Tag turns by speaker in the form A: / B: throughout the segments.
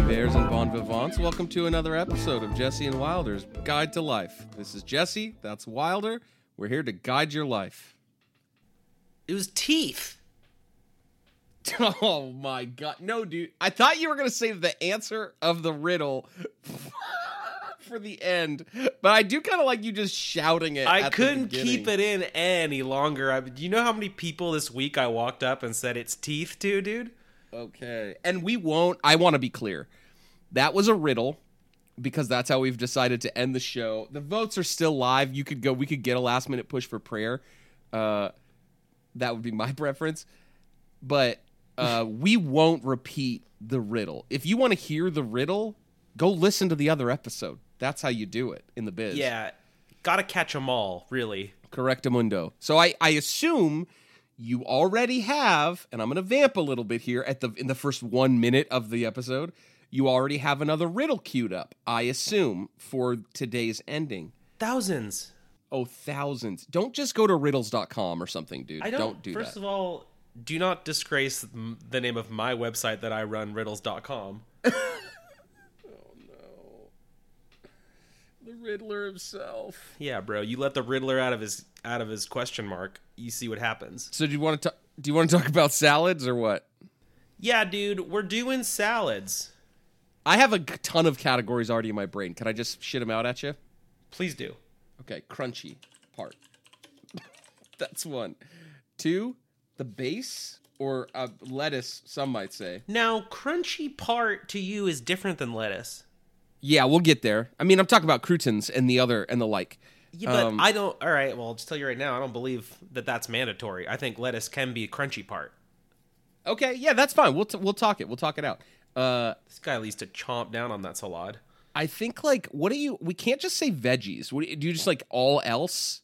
A: Bon Vivants. Welcome to another episode of Jesse and Wilder's Guide to Life. This is Jesse, that's Wilder. We're here to guide your life.
B: It was teeth.
A: Oh my god. No, dude. I thought you were going to save the answer of the riddle for the end, but I do kind of like you just shouting it.
B: I
A: at the
B: couldn't
A: beginning.
B: keep it in any longer. I, do you know how many people this week I walked up and said it's teeth to, dude?
A: Okay. And we won't. I want to be clear. That was a riddle because that's how we've decided to end the show. The votes are still live. You could go, we could get a last minute push for prayer. Uh, that would be my preference. But uh, we won't repeat the riddle. If you want to hear the riddle, go listen to the other episode. That's how you do it in the biz.
B: Yeah. Gotta catch them all, really.
A: Correctamundo. So I, I assume you already have, and I'm going to vamp a little bit here at the in the first one minute of the episode. You already have another riddle queued up, I assume, for today's ending.
B: Thousands.
A: Oh, thousands! Don't just go to riddles.com or something, dude.
B: I don't,
A: do
B: first
A: that.
B: of all, do not disgrace m- the name of my website that I run, riddles.com.
A: the Riddler himself.
B: Yeah, bro, you let the Riddler out of his out of his question mark, you see what happens.
A: So do you want to do you want to talk about salads or what?
B: Yeah, dude, we're doing salads.
A: I have a g- ton of categories already in my brain. Can I just shit them out at you?
B: Please do.
A: Okay, crunchy part. That's one. Two, the base or uh, lettuce, some might say.
B: Now, crunchy part to you is different than lettuce.
A: Yeah, we'll get there. I mean, I'm talking about croutons and the other and the like.
B: Yeah, but
A: Um,
B: I don't. All right, well, I'll just tell you right now, I don't believe that that's mandatory. I think lettuce can be a crunchy part.
A: Okay, yeah, that's fine. We'll t- we'll talk it. We'll talk it out. Uh,
B: This guy needs to chomp down on that salad.
A: I think like, what do you? We can't just say veggies. What do you, do you just like all else?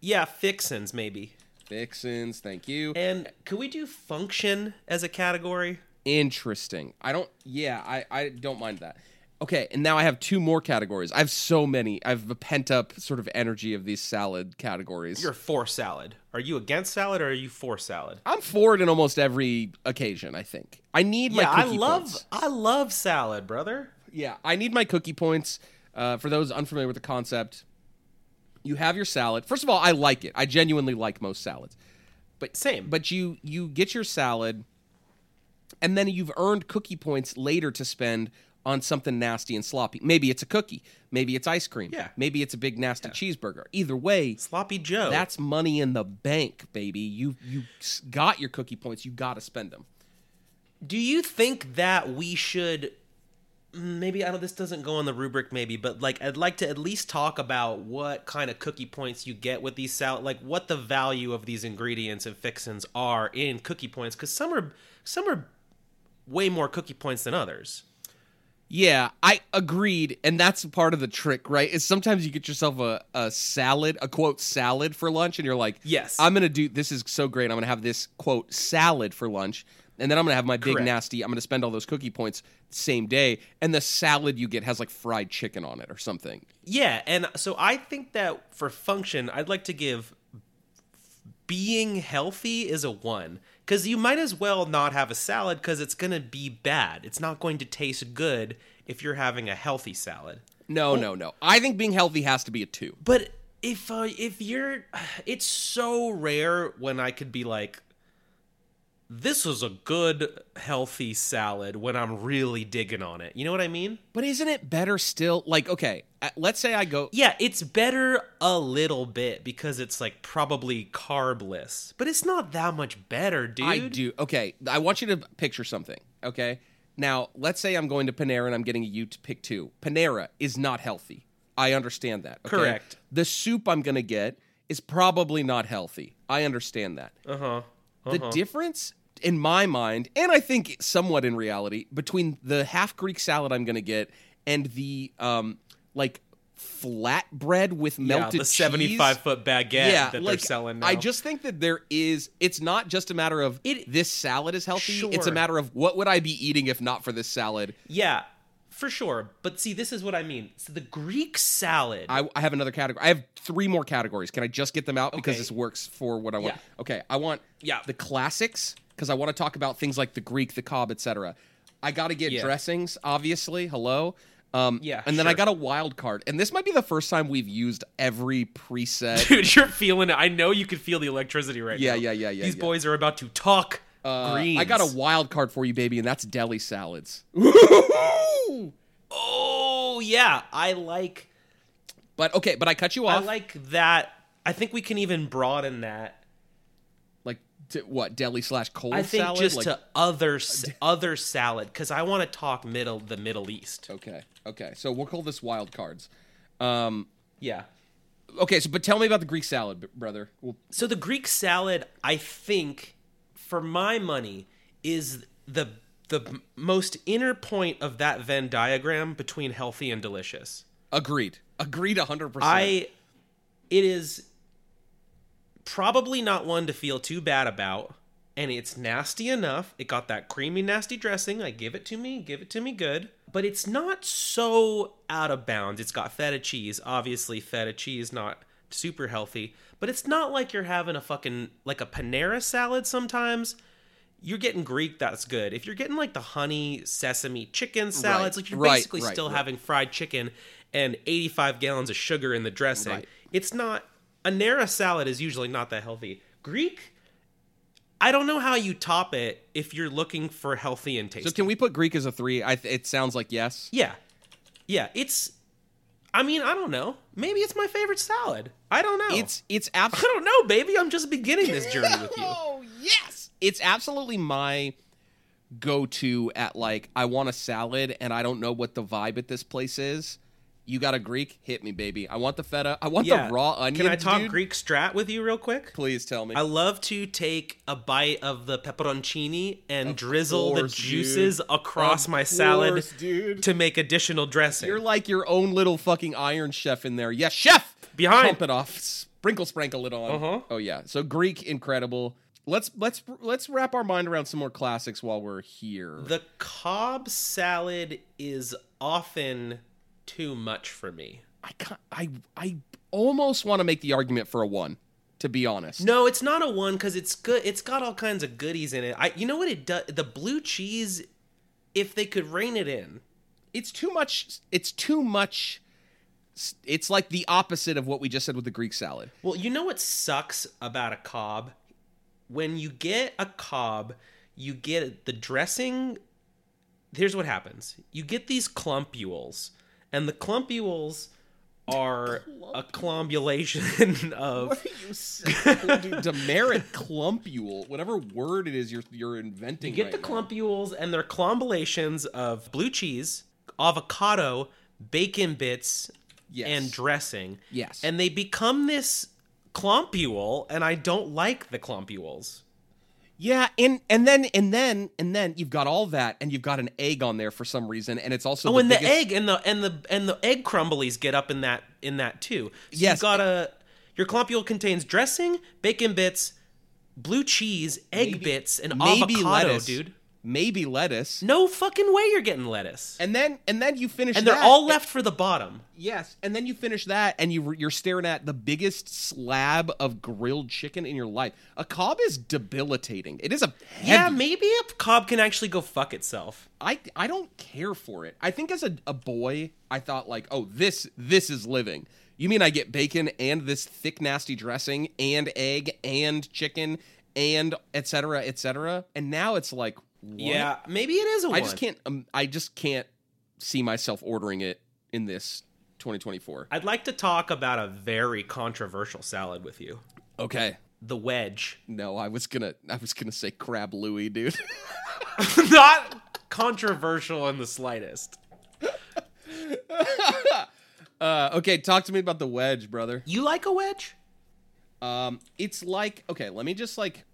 B: Yeah, fixins maybe.
A: Fixins, thank you.
B: And could we do function as a category?
A: Interesting. I don't. Yeah, I I don't mind that. Okay, and now I have two more categories. I have so many. I have the pent up sort of energy of these salad categories.
B: You're for salad. Are you against salad or are you for salad?
A: I'm for it in almost every occasion. I think I need
B: Yeah,
A: my
B: I
A: cookie
B: love
A: points.
B: I love salad, brother.
A: Yeah, I need my cookie points. Uh, for those unfamiliar with the concept, you have your salad. First of all, I like it. I genuinely like most salads.
B: Same.
A: But you you get your salad, and then you've earned cookie points later to spend on something nasty and sloppy. Maybe it's a cookie. Maybe it's ice cream.
B: Yeah.
A: Maybe it's a big nasty cheeseburger. Either way,
B: sloppy Joe.
A: that's money in the bank, baby. You you s- got your cookie points. You got to spend them.
B: Do you think that we should maybe I know this doesn't go in the rubric maybe, but like I'd like to at least talk about what kind of cookie points you get with these salad like what the value of these ingredients and fixins are in cookie points cuz some are some are way more cookie points than others.
A: Yeah, I agreed, and that's part of the trick, right? Is sometimes you get yourself a, a salad, a quote salad for lunch, and you're like,
B: Yes.
A: I'm gonna do this is so great. I'm gonna have this quote salad for lunch, and then I'm gonna have my big
B: Correct.
A: nasty. I'm gonna spend all those cookie points same day, and the salad you get has like fried chicken on it or something.
B: Yeah, and so I think that for function, I'd like to give being healthy is a one because you might as well not have a salad because it's going to be bad. It's not going to taste good if you're having a healthy salad.
A: No, no, no. I think being healthy has to be a two.
B: But if uh, if you're, it's so rare when I could be like, this was a good healthy salad when I'm really digging on it. You know what I mean?
A: But isn't it better still? Like, okay, uh, let's say I go.
B: Yeah, it's better a little bit because it's like probably carbless, but it's not that much better, dude.
A: I do. Okay, I want you to picture something. Okay, now let's say I'm going to Panera and I'm getting a you to pick two. Panera is not healthy. I understand that. okay?
B: Correct.
A: The soup I'm going to get is probably not healthy. I understand that. Uh
B: Uh-huh.
A: huh. The difference in my mind, and I think somewhat in reality, between the half Greek salad I'm going to get and the um like flatbread with
B: Yeah,
A: melted
B: the
A: cheese-
B: seventy-five foot baguette
A: yeah,
B: that they're
A: like,
B: selling. Now.
A: I just think that there is. It's not just a matter of
B: It-
A: this salad is healthy. It's a
B: Sure.
A: matter of what would I be eating if not for this salad.
B: yeah, for sure. But see, this is what I mean. So the Greek salad.
A: I, I have another category. I have three more categories. Can I just get them out because
B: Okay.
A: this works for what I want?
B: Yeah.
A: Okay, I want
B: Yeah.
A: the classics because I want to talk about things like the Greek, the cob, etc. I got to get
B: Yeah.
A: dressings, obviously. Hello. Um,
B: Yeah,
A: And then I
B: sure.
A: got a wild card. And this might be the first time we've used every preset.
B: Dude, you're feeling it. I know you can feel the electricity right
A: Yeah,
B: now.
A: yeah, yeah, yeah,
B: These
A: yeah.
B: boys are about to talk
A: Uh,
B: greens.
A: I got a wild card for you, baby, and that's deli salads. but
B: Oh yeah, I like
A: okay, but I cut you
B: I
A: off. Like,
B: like that. I think we can even broaden that.
A: to, what deli slash cold
B: I think
A: salad?
B: just
A: Like-
B: to other s- other salad because I want to talk middle the Middle East.
A: Okay, okay. So we'll call this wild cards. Um,
B: Yeah.
A: okay, so but tell me about the Greek salad, b- brother. Well,
B: So the Greek salad, I think, for my money, is the the m- most inner point of that Venn diagram between healthy and delicious.
A: agreed, agreed, hundred percent.
B: I it is probably not one to feel too bad about and it's nasty enough. It got that creamy nasty dressing. I give it to me, give it to me good, but it's not so out of bounds. It's got feta cheese. Obviously feta cheese not super healthy, but it's not like you're having a fucking like a panera salad sometimes. You're getting Greek, that's good. If you're getting like the honey sesame chicken salads,
A: Right,
B: like you're
A: right,
B: basically
A: right,
B: still
A: right.
B: having fried chicken and 85 gallons of sugar in the dressing.
A: Right.
B: It's not a Nara salad is usually not that healthy. Greek, I don't know how you top it if you're looking for healthy and tasty.
A: so can we put Greek as a three? I th- it sounds like yes.
B: yeah, yeah. It's, I mean, I don't know. Maybe it's my favorite salad. I don't know.
A: It's it's
B: I
A: absolutely
B: don't know, baby. I'm just beginning this journey with you.
A: Oh yes, it's absolutely my go-to at like I want a salad and I don't know what the vibe at this place is. You got a Greek? Hit me, baby. I want the feta. I want the raw onion.
B: Can I talk
A: dude.
B: Greek strat with you real quick?
A: Please tell me.
B: I love to take a bite of the pepperoncini and drizzle
A: course,
B: the
A: dude.
B: juices across
A: Of
B: my salad
A: course, dude.
B: to make additional dressing.
A: You're like your own little fucking iron chef in there. Yes, chef.
B: Behind.
A: Pump it off. Sprinkle, sprinkle it on.
B: Uh-huh.
A: Oh yeah. So Greek, incredible. Let's let's let's wrap our mind around some more classics while we're here.
B: the Cobb salad is often too much for me.
A: I can't, I I almost want to make the argument for a one, to be honest.
B: No, it's not a one because it's good. It's got all kinds of goodies in it. I, you know what it does? The blue cheese, if they could rein it in,
A: It's too much. It's too much. It's like the opposite of what we just said with the Greek salad.
B: Well, you know what sucks about a cob? When you get a cob, you get the dressing. Here's what happens you get these clumpules, and the clumpules are a clombulation of.
A: you saying? Dude, demerit clumpule, whatever word it is you're you're inventing.
B: You get
A: right
B: the
A: now.
B: clumpules, and they're clombulations of blue cheese, avocado, bacon bits,
A: Yes.
B: and dressing.
A: Yes.
B: And they become this clompule, and I don't like the clompules.
A: Yeah, and and then and then and then you've got all that, and you've got an egg on there for some reason, and it's also
B: Oh, and
A: biggest-
B: the egg and the and the and the egg crumblies get up in that in that too. So
A: Yes.
B: you gotta your clompule contains dressing, bacon bits, blue cheese, egg bits, and
A: maybe
B: avocado,
A: lettuce,
B: dude.
A: maybe lettuce,
B: No fucking way you're getting lettuce.
A: and then and then you finish,
B: And they're
A: that, e-
B: all left for the bottom.
A: Yes, and then you finish that, and you you're staring at the biggest slab of grilled chicken in your life. A cob is debilitating. It is a heavy.
B: Yeah, maybe a cob can actually go fuck itself.
A: I I don't care for it. I think as a, a boy, I thought like, oh, this this is living. You mean I get bacon and this thick nasty dressing and egg and chicken and et cetera, et cetera. And now it's like, what?
B: Yeah, maybe it is a
A: I just
B: one.
A: can't. Um, I just can't see myself ordering it in this 2024.
B: I'd like to talk about a very controversial salad with you.
A: Okay.
B: The wedge.
A: No, I was gonna. I was gonna say crab Louie, dude.
B: Not controversial in the slightest.
A: Uh, okay, talk to me about the wedge, brother.
B: You like a wedge?
A: Um, it's like okay, let me just like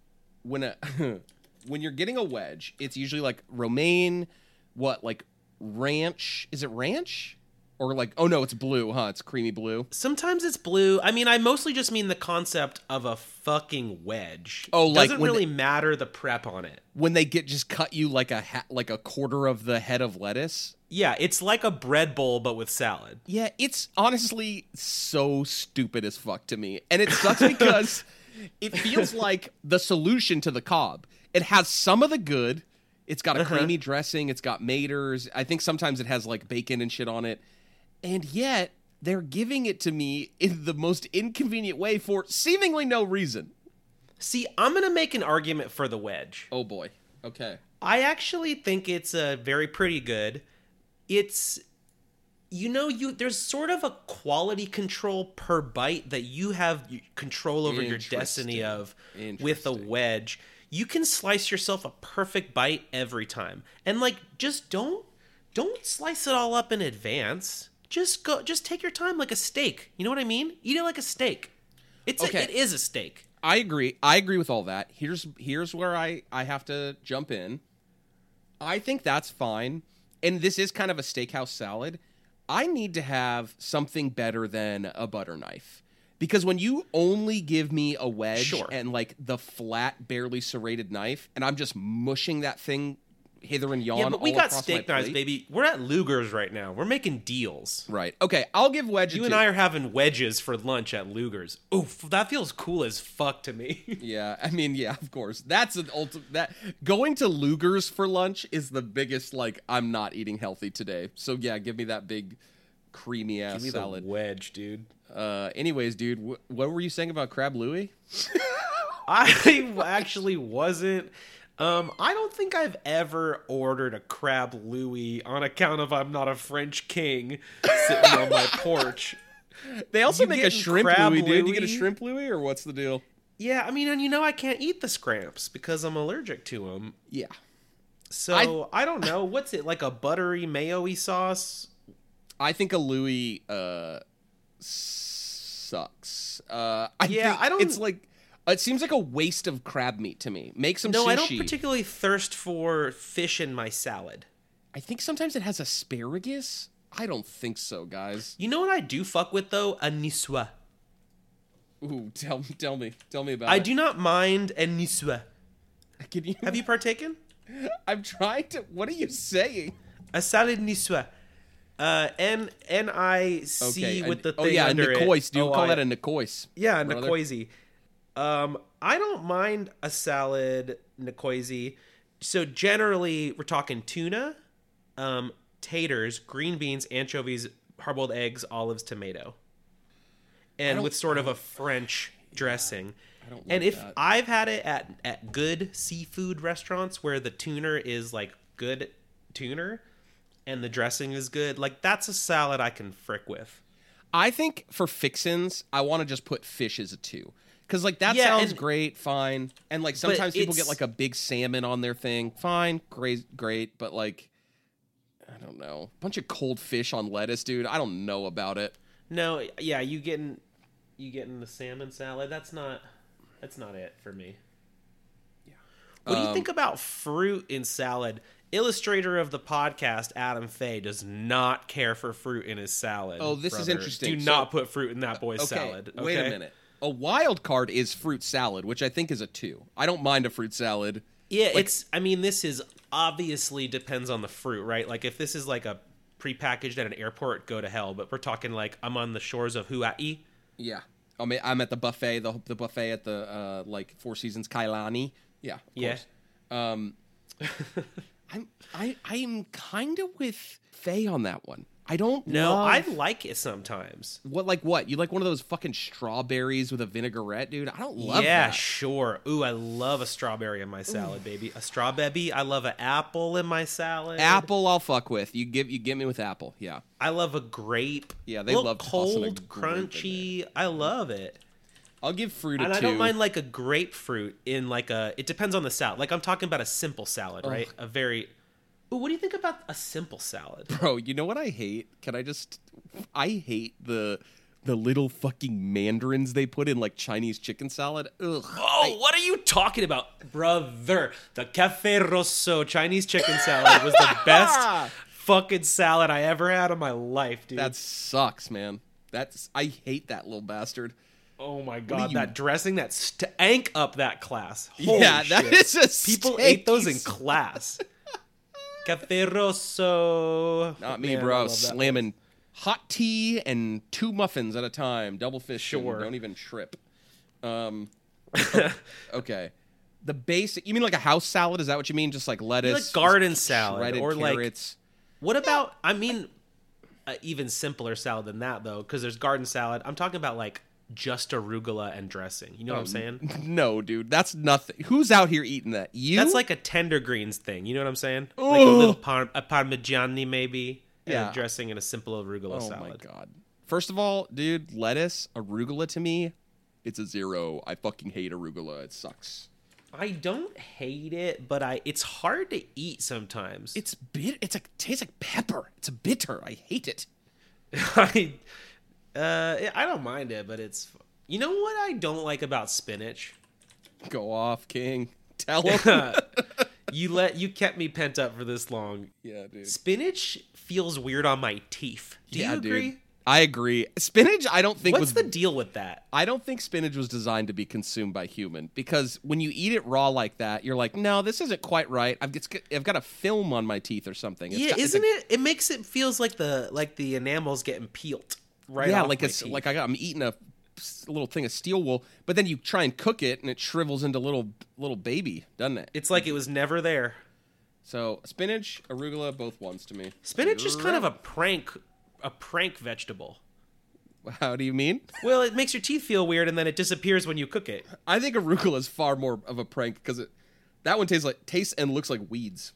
A: when a when you're getting a wedge, it's usually like romaine, what like ranch? Is it ranch? Or like oh no, it's blue, huh? It's creamy blue.
B: Sometimes it's blue. I mean, I mostly just mean the concept of a fucking wedge.
A: Oh, like
B: doesn't
A: when
B: really matter the prep on it.
A: When they get just cut you like a ha- like a quarter of the head of lettuce.
B: Yeah, it's like a bread bowl but with salad.
A: Yeah, it's honestly so stupid as fuck to me. And it sucks because it feels like the solution to the cob. It has some of the good, It's got a
B: Uh-huh.
A: creamy dressing. It's got maters. I think sometimes it has like bacon and shit on it. And yet they're giving it to me in the most inconvenient way for seemingly no reason.
B: See, I'm gonna make an argument for the wedge.
A: Oh boy. Okay.
B: I actually think it's a very pretty good. It's you know you there's sort of a quality control per bite that you have control over your destiny
A: Interesting.
B: of with a
A: Interesting.
B: wedge. You can slice yourself a perfect bite every time. And like just don't don't slice it all up in advance. Just go just take your time like a steak. You know what I mean? Eat it like a steak. It's
A: Okay.
B: a, it is a steak.
A: I agree. I agree with all that. Here's here's where I I have to jump in. I think that's fine, and this is kind of a steakhouse salad. I need to have something better than a butter knife because when you only give me a wedge
B: Sure.
A: and like the flat, barely serrated knife, and I'm just mushing that thing hither and yon.
B: Yeah, but we
A: all
B: got
A: across
B: steak
A: my
B: knives,
A: plate.
B: baby. We're at Luger's right now. We're making deals.
A: Right. Okay. I'll give wedge.
B: You
A: a
B: and
A: two.
B: I are having wedges for lunch at Luger's. Oof, that feels cool as fuck to me.
A: Yeah, I mean, yeah, of course. That's an ultimate. That going to Luger's for lunch is the biggest. Like, I'm not eating healthy today. So yeah, give me that big, creamy ass salad.
B: wedge, dude.
A: Uh, anyways, dude, wh- what were you saying about crab Louie?
B: I actually wasn't. Um, I don't think I've ever ordered a crab Louis on account of I'm not a French king sitting on my porch.
A: They also
B: You
A: make a
B: getting
A: shrimp
B: crab
A: Louie, dude. You get a
B: Louie?
A: shrimp Louie, or what's the deal?
B: Yeah, I mean, and you know I can't eat the scramps because I'm allergic to them.
A: Yeah,
B: So I, don't know what's it like a buttery mayo-y sauce.
A: I think a Louie uh sucks. Uh, I
B: Yeah,
A: think
B: I don't-
A: It's like it seems like a waste of crab meat to me. Make some
B: No,
A: sushi.
B: I don't particularly thirst for fish in my salad.
A: I think sometimes it has asparagus. I don't think so, guys.
B: You know what I do fuck with though? A niswa.
A: Ooh, tell me, tell me, tell me about
B: I
A: it.
B: do not mind a niswa.
A: Can you?
B: Have you partaken?
A: I'm trying to. What are you saying?
B: A salad niswa. Uh, N N I C
A: a-
B: with the
A: oh
B: thing
A: yeah, a
B: under it.
A: nikois. Do you
B: Oh,
A: call
B: I-
A: that a nikois?
B: yeah
A: brother?
B: nikoisi? Um, I don't mind a salad nikoisi. So generally, we're talking tuna, um, taters, green beans, anchovies, hard-boiled eggs, olives, tomato, and
A: don't-
B: with sort of a French dressing.
A: don't
B: and
A: like
B: if
A: that.
B: I've had it at at good seafood restaurants where the tuner is like good tuner, and the dressing is good, like that's a salad I can frick with.
A: I think for fixins, I want to just put fish as a two. Cause like that
B: Yeah,
A: sounds
B: and-
A: great, fine. And like sometimes people get
B: it's-
A: like a big salmon on their thing, fine, great, great. But like, I don't know, bunch of cold fish on lettuce, dude. I don't know about it.
B: No, yeah, you getting you getting the salmon salad. That's not that's not it for me. Yeah. What do you
A: Um,
B: think about fruit in salad? Illustrator of the podcast Adam Fay does not care for fruit in his salad.
A: Oh, this is
B: brother.
A: interesting.
B: Do
A: So-
B: not put fruit in that boy's
A: Okay,
B: salad. Okay?
A: Wait a minute. A wild card is fruit salad, which I think is a two. I don't mind a fruit salad.
B: Yeah, it's. I mean, this is obviously depends on the fruit, right? Like, if this is like a prepackaged at an airport, go to hell. But we're talking like I'm on the shores of Hawaii.
A: Yeah. I mean, I'm at the buffet, the, the buffet at the uh, like Four Seasons Kailani. Yeah. Of
B: Yeah.
A: Course. Um, I'm I I'm kind of with Faye on that one. I don't
B: No,
A: love-
B: I like it sometimes.
A: what like what you like one of those fucking strawberries with a vinaigrette, dude. I don't love
B: yeah,
A: that.
B: sure. Ooh, I love a strawberry in my salad, baby. A strawberry. I love an apple in my salad.
A: Apple, I'll fuck with. You give you get me with apple. Yeah.
B: I love a grape.
A: Yeah, they
B: Little
A: love tossing a
B: cold,
A: grape in Mm-hmm.
B: crunchy. I love it,
A: I'll give fruit a
B: and
A: two.
B: I don't mind like a grapefruit in like a. It depends on the salad. Like I'm talking about a simple salad, right? A very. Ooh, what do you think about a simple salad?
A: Bro, you know what I hate? Can I just I hate the the little fucking mandarins they put in like Chinese chicken salad. Ugh.
B: Oh, what are you talking about, brother? The Cafe Rosso Chinese chicken salad was the best fucking salad I ever had in my life, dude.
A: That sucks, man. That's I hate that little bastard.
B: Oh my god,
A: you-
B: that dressing that st- ank up that class. Holy
A: yeah, that
B: shit.
A: is a
B: people
A: steak.
B: ate those in class. Cafe Rosso.
A: Not me,
B: Man, I
A: bro.
B: love that.
A: Slamming hot tea and two muffins at a time, double fish. and
B: Sure.
A: Don't even trip. Um okay. the basic. You mean like a house salad? Is that what you mean? Just like lettuce,
B: like garden salad,
A: shredded
B: or like
A: carrots.
B: what about? I mean, a even simpler salad than that though, because there's garden salad. I'm talking about like just arugula and dressing. You know what
A: Um,
B: I'm saying?
A: no, dude, that's nothing. Who's out here eating that? You?
B: That's like a tender greens thing. You know what I'm saying? Like a little
A: Ugh.
B: par- a parmigiani maybe, and
A: Yeah.
B: a dressing and a simple arugula
A: oh
B: salad.
A: my god. First of all, dude, lettuce, arugula to me, it's a zero. I fucking hate arugula. It sucks.
B: I don't hate it, but I it's hard to eat sometimes.
A: It's bit. It's like tastes like pepper. It's bitter. I hate it.
B: I, uh, I don't mind it, but it's you know what I don't like about spinach.
A: Go off, King. Tell him.
B: you let you kept me pent up for this long.
A: yeah, dude.
B: Spinach feels weird on my teeth. Do
A: yeah,
B: you agree?
A: Dude. I agree. Spinach, I don't think was
B: What's the deal with that?
A: I don't think spinach was designed to be consumed by human because when you eat it raw like that, you're like, no, this isn't quite right. I've, it's, I've got a film on my teeth or something. It's
B: yeah,
A: got-
B: isn't
A: it's
B: it? It makes it feels like the like the enamel's getting peeled right.
A: like, Yeah,
B: off
A: like
B: my
A: it's
B: teeth.
A: like I got, I'm eating a s- little thing of steel wool, but then you try and cook it and it shrivels into little little baby, doesn't it?
B: it's like it was never there.
A: So spinach, arugula, both ones to me.
B: Spinach is kind of a prank, a prank vegetable.
A: How do you mean?
B: Well, it makes your teeth feel weird, and then it disappears when you cook it.
A: I think arugula is far more of a prank because it that one tastes like tastes and looks like weeds.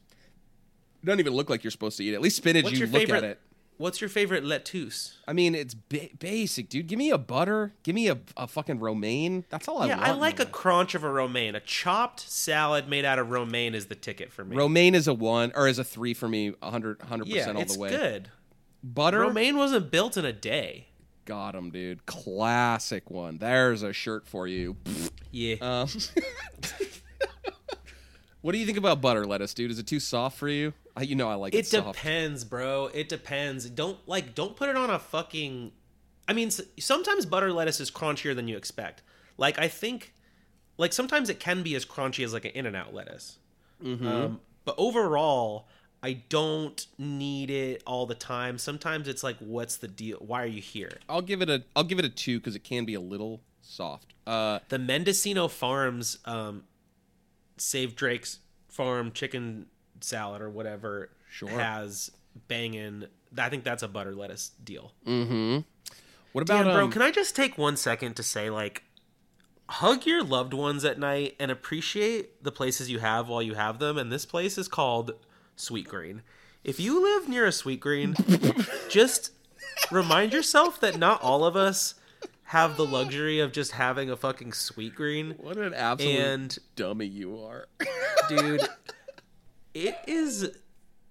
A: It doesn't even look like you're supposed to eat it. At least spinach,
B: What's
A: you
B: your
A: look
B: favorite?
A: at it.
B: What's your favorite lettuce?
A: I mean, it's ba- basic, dude. Give me a butter. Give me a, a fucking romaine. That's all I
B: Yeah,
A: want.
B: I
A: in
B: like
A: my
B: a
A: life.
B: crunch of a romaine. A chopped salad made out of romaine is the ticket for me.
A: romaine is a one or is a three for me, 100 100
B: yeah,
A: percent all
B: it's
A: the way.
B: good.
A: Butter,
B: Romaine wasn't built in a day.
A: got him, dude. Classic one. There's a shirt for you.
B: Yeah,
A: Um, what do you think about butter lettuce, dude? Is it too soft for you? I, you know, I like it,
B: it
A: soft.
B: depends, bro. It depends. Don't like, don't put it on a fucking. I mean, s- sometimes butter lettuce is crunchier than you expect. Like, I think, like sometimes it can be as crunchy as like an In-N-Out lettuce.
A: Mm-hmm.
B: Um, but overall, I don't need it all the time. Sometimes it's like, what's the deal? Why are you here?
A: I'll give it a I'll give it a two because it can be a little soft. Uh,
B: the Mendocino Farms um, Save Drake's Farm chicken salad or whatever
A: Sure.
B: has banging. I think that's a butter lettuce deal.
A: what about
B: Damn, bro,
A: um,
B: can I just take one second to say like, hug your loved ones at night and appreciate the places you have while you have them. And this place is called Sweet Green. If you live near a Sweet Green, just remind yourself that not all of us have the luxury of just having a fucking Sweet Green
A: what an absolute
B: and
A: dummy you are.
B: dude it is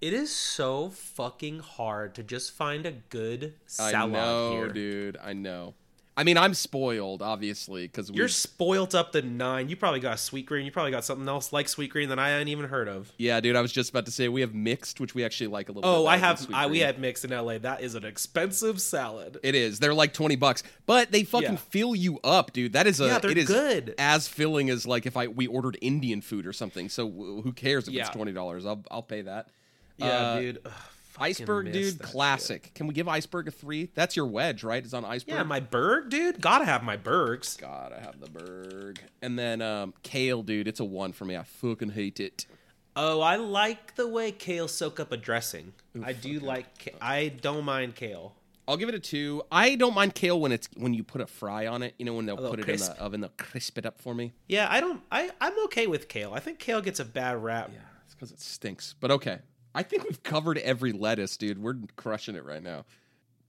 B: it is so fucking hard to just find a good salad
A: I know,
B: here
A: dude. I know. I mean, I'm spoiled, obviously, because we.
B: you're spoilt up to nine you probably got sweet green you probably got something else like sweet green that i hadn't even heard of
A: yeah, dude. I was just about to say we have mixed, which we actually like a little.
B: oh
A: bit
B: i
A: better than
B: have
A: sweet
B: I, we
A: green.
B: had mixed in la that is an expensive salad
A: It is. They're like twenty bucks, but they fucking
B: Yeah.
A: fill you up, dude. That is a.
B: Yeah, they're
A: it is
B: good.
A: As filling as like if I we ordered Indian food or something. So wh- who cares if it's
B: Yeah.
A: twenty dollars? I'll I'll pay that.
B: yeah
A: Uh,
B: dude Ugh, fucking
A: Iceberg,
B: miss
A: dude,
B: that shit.
A: classic. Can we give Iceberg a three? That's your wedge, right? It's on Iceberg.
B: yeah my berg dude gotta have my bergs
A: God, I have the berg. And then um, kale, dude. It's a one for me. I fucking hate it.
B: oh i like the way kale soak up a dressing i do like ca- i don't mind kale
A: I'll give it a two. I don't mind kale when it's when you put a fry on it. You know when they'll
B: little
A: put it in
B: crisp.
A: the oven, they'll crisp it up for me.
B: Yeah, I don't. I I'm okay with kale. I think kale gets a bad rap.
A: It's because it stinks. But okay, I think we've covered every lettuce, dude. We're crushing it right now.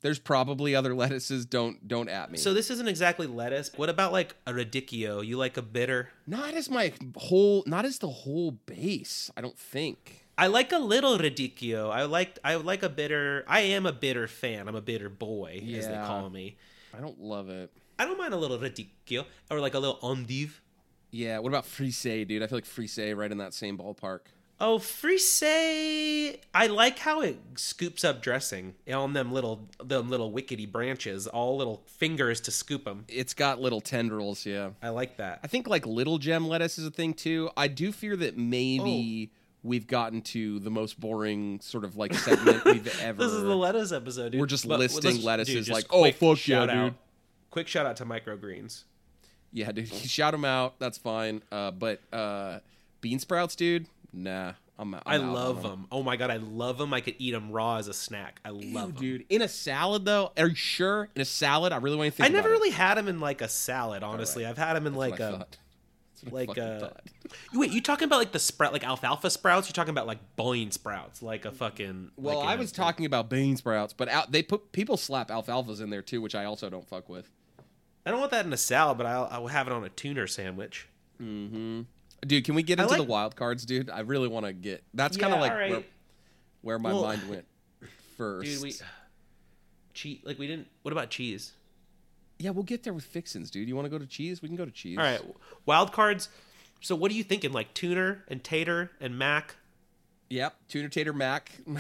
A: There's probably other lettuces. Don't don't at me.
B: So this isn't exactly lettuce. What about like a radicchio? You like a bitter?
A: not as my whole, not as the whole base. I don't think.
B: I like a little radicchio. I like I like a bitter. I am a bitter fan. I'm a bitter boy, as they
A: Yeah.
B: call me.
A: I don't love it.
B: I don't mind a little radicchio or like a little endive.
A: Yeah. What about frise, dude? I feel like frise right in that same ballpark.
B: Oh, frise! I like how it scoops up dressing on them little them little wickety branches, all little fingers to scoop them.
A: It's got little tendrils. Yeah.
B: I like that.
A: I think like little gem lettuce is a thing too. I do fear that
B: Oh.
A: maybe we've gotten to the most boring sort of like segment we've ever.
B: This is the lettuce episode, dude.
A: We're just
B: But-
A: listing
B: let's-
A: lettuces
B: just
A: like, oh,
B: quick
A: fuck yeah,
B: shout out-
A: dude.
B: Quick shout out to microgreens.
A: Yeah, dude, shout them out. That's fine. Uh, but uh, bean sprouts, dude, nah. I'm, I'm
B: I
A: out on
B: love them. Oh my god, I love them. I could eat them raw as a snack. I
A: Ew,
B: love them.
A: dude. In a salad, though, are you sure? In a salad, I really want to think.
B: I never
A: about it.
B: really had them in like a salad. Honestly, I've had them in
A: That's
B: like
A: what I
B: a
A: thought. That's what I
B: like
A: fucking
B: a.
A: thought.
B: Wait, you talking about like the sprout, like alfalfa sprouts? You're talking about like bowling sprouts, like a fucking.
A: Well,
B: like
A: I
B: a-
A: was talking about bean sprouts, but out, they put people slap alfalfas in there too, which I also don't fuck with.
B: I don't want that in a salad, but I'll, I'll have it on a tuna sandwich.
A: Dude, can we get
B: I
A: into the
B: like-
A: wild cards, dude? I really want to get. That's kind
B: Yeah,
A: of like
B: alright.
A: where, where my
B: Well,
A: mind went first.
B: Dude, we cheat like we didn't. What about cheese?
A: Yeah, we'll get there with fixins, dude. You want to go to cheese? We can go to cheese.
B: All right, wild cards. So what are you thinking? Like tuner and tater and mac.
A: Yep. Tuner Tater Mac.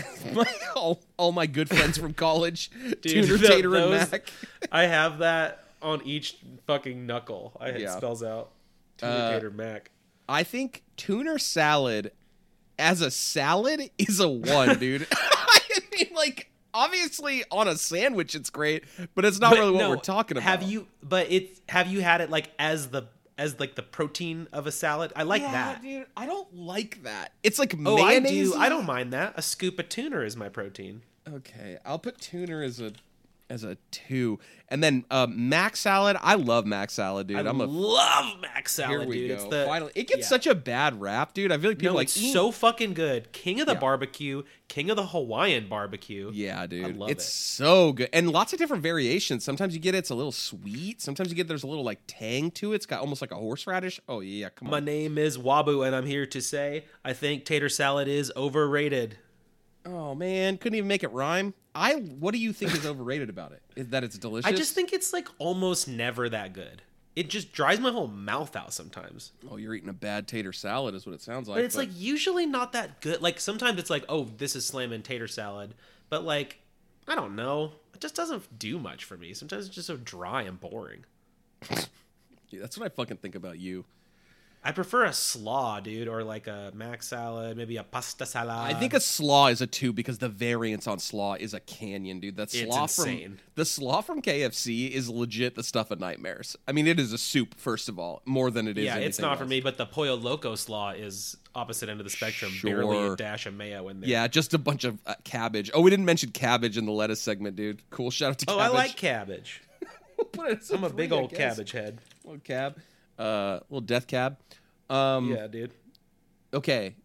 A: all, all my good friends from college.
B: Dude,
A: Tuner
B: tho-
A: Tater and
B: those-
A: Mac.
B: I have that on each fucking knuckle. I, It
A: Yeah.
B: spells out tuner,
A: Uh,
B: tater, mac.
A: I think tuner salad as a salad is a one, dude. I mean, like obviously on a sandwich it's great, but it's not
B: But
A: really what
B: no,
A: we're talking about.
B: Have you? But it's have you had it like as the as like the protein of a salad? I like
A: yeah,
B: that.
A: dude? I don't like that. It's like
B: Oh, I
A: mayonnaise.
B: do. I don't mind that. A scoop of tuna is my protein.
A: Okay, I'll put tuner as a as a two, and then uh, mac salad. I love mac salad, dude.
B: I
A: am a
B: love mac salad,
A: here we
B: dude.
A: go.
B: It's the
A: Finally, it gets
B: yeah.
A: such a bad rap, dude. I feel like people
B: no,
A: like
B: it's
A: "Eat
B: so fucking good. King of the
A: Yeah.
B: barbecue, king of the Hawaiian barbecue.
A: Yeah, dude.
B: love
A: it's
B: it.
A: so good. And lots of different variations. Sometimes you get it's a little sweet. Sometimes you get there's a little like tang to it. It's got almost like a horseradish. Oh yeah, come
B: My
A: on.
B: name is Wabu, and I'm here to say I think tater salad is overrated.
A: Oh man, couldn't even make it rhyme. I what do you think is overrated about it? Is that it's delicious?
B: I just think it's like almost never that good. It just dries my whole mouth out sometimes.
A: Oh, you're eating a bad tater salad is what it sounds like.
B: But it's like usually not that good. Like sometimes it's like, oh, this is slamming tater salad. But like, I don't know. It just doesn't do much for me. Sometimes it's just so dry and boring.
A: Dude, that's what I fucking think about you.
B: I prefer a slaw, dude, or like a mac salad, maybe a pasta salad.
A: I think a slaw is a two because the variance on slaw is a canyon, dude. That
B: It's
A: slaw
B: insane.
A: from the slaw from KFC is legit the stuff of nightmares. I mean, it is a soup first of all, more than it is.
B: yeah, it's
A: anything
B: not
A: else.
B: for me. But the pollo loco slaw is opposite end of the spectrum. Barely a
A: Sure.
B: dash of mayo in there.
A: Yeah, just a bunch of uh, cabbage. Oh, we didn't mention cabbage in the lettuce segment, dude. Cool. Shout out to
B: Oh,
A: cabbage.
B: I like cabbage.
A: We'll put it as
B: I'm a big
A: three, I
B: old
A: guess.
B: cabbage head.
A: Little cab. Uh, little death cab. Um,
B: Yeah, dude.
A: Okay.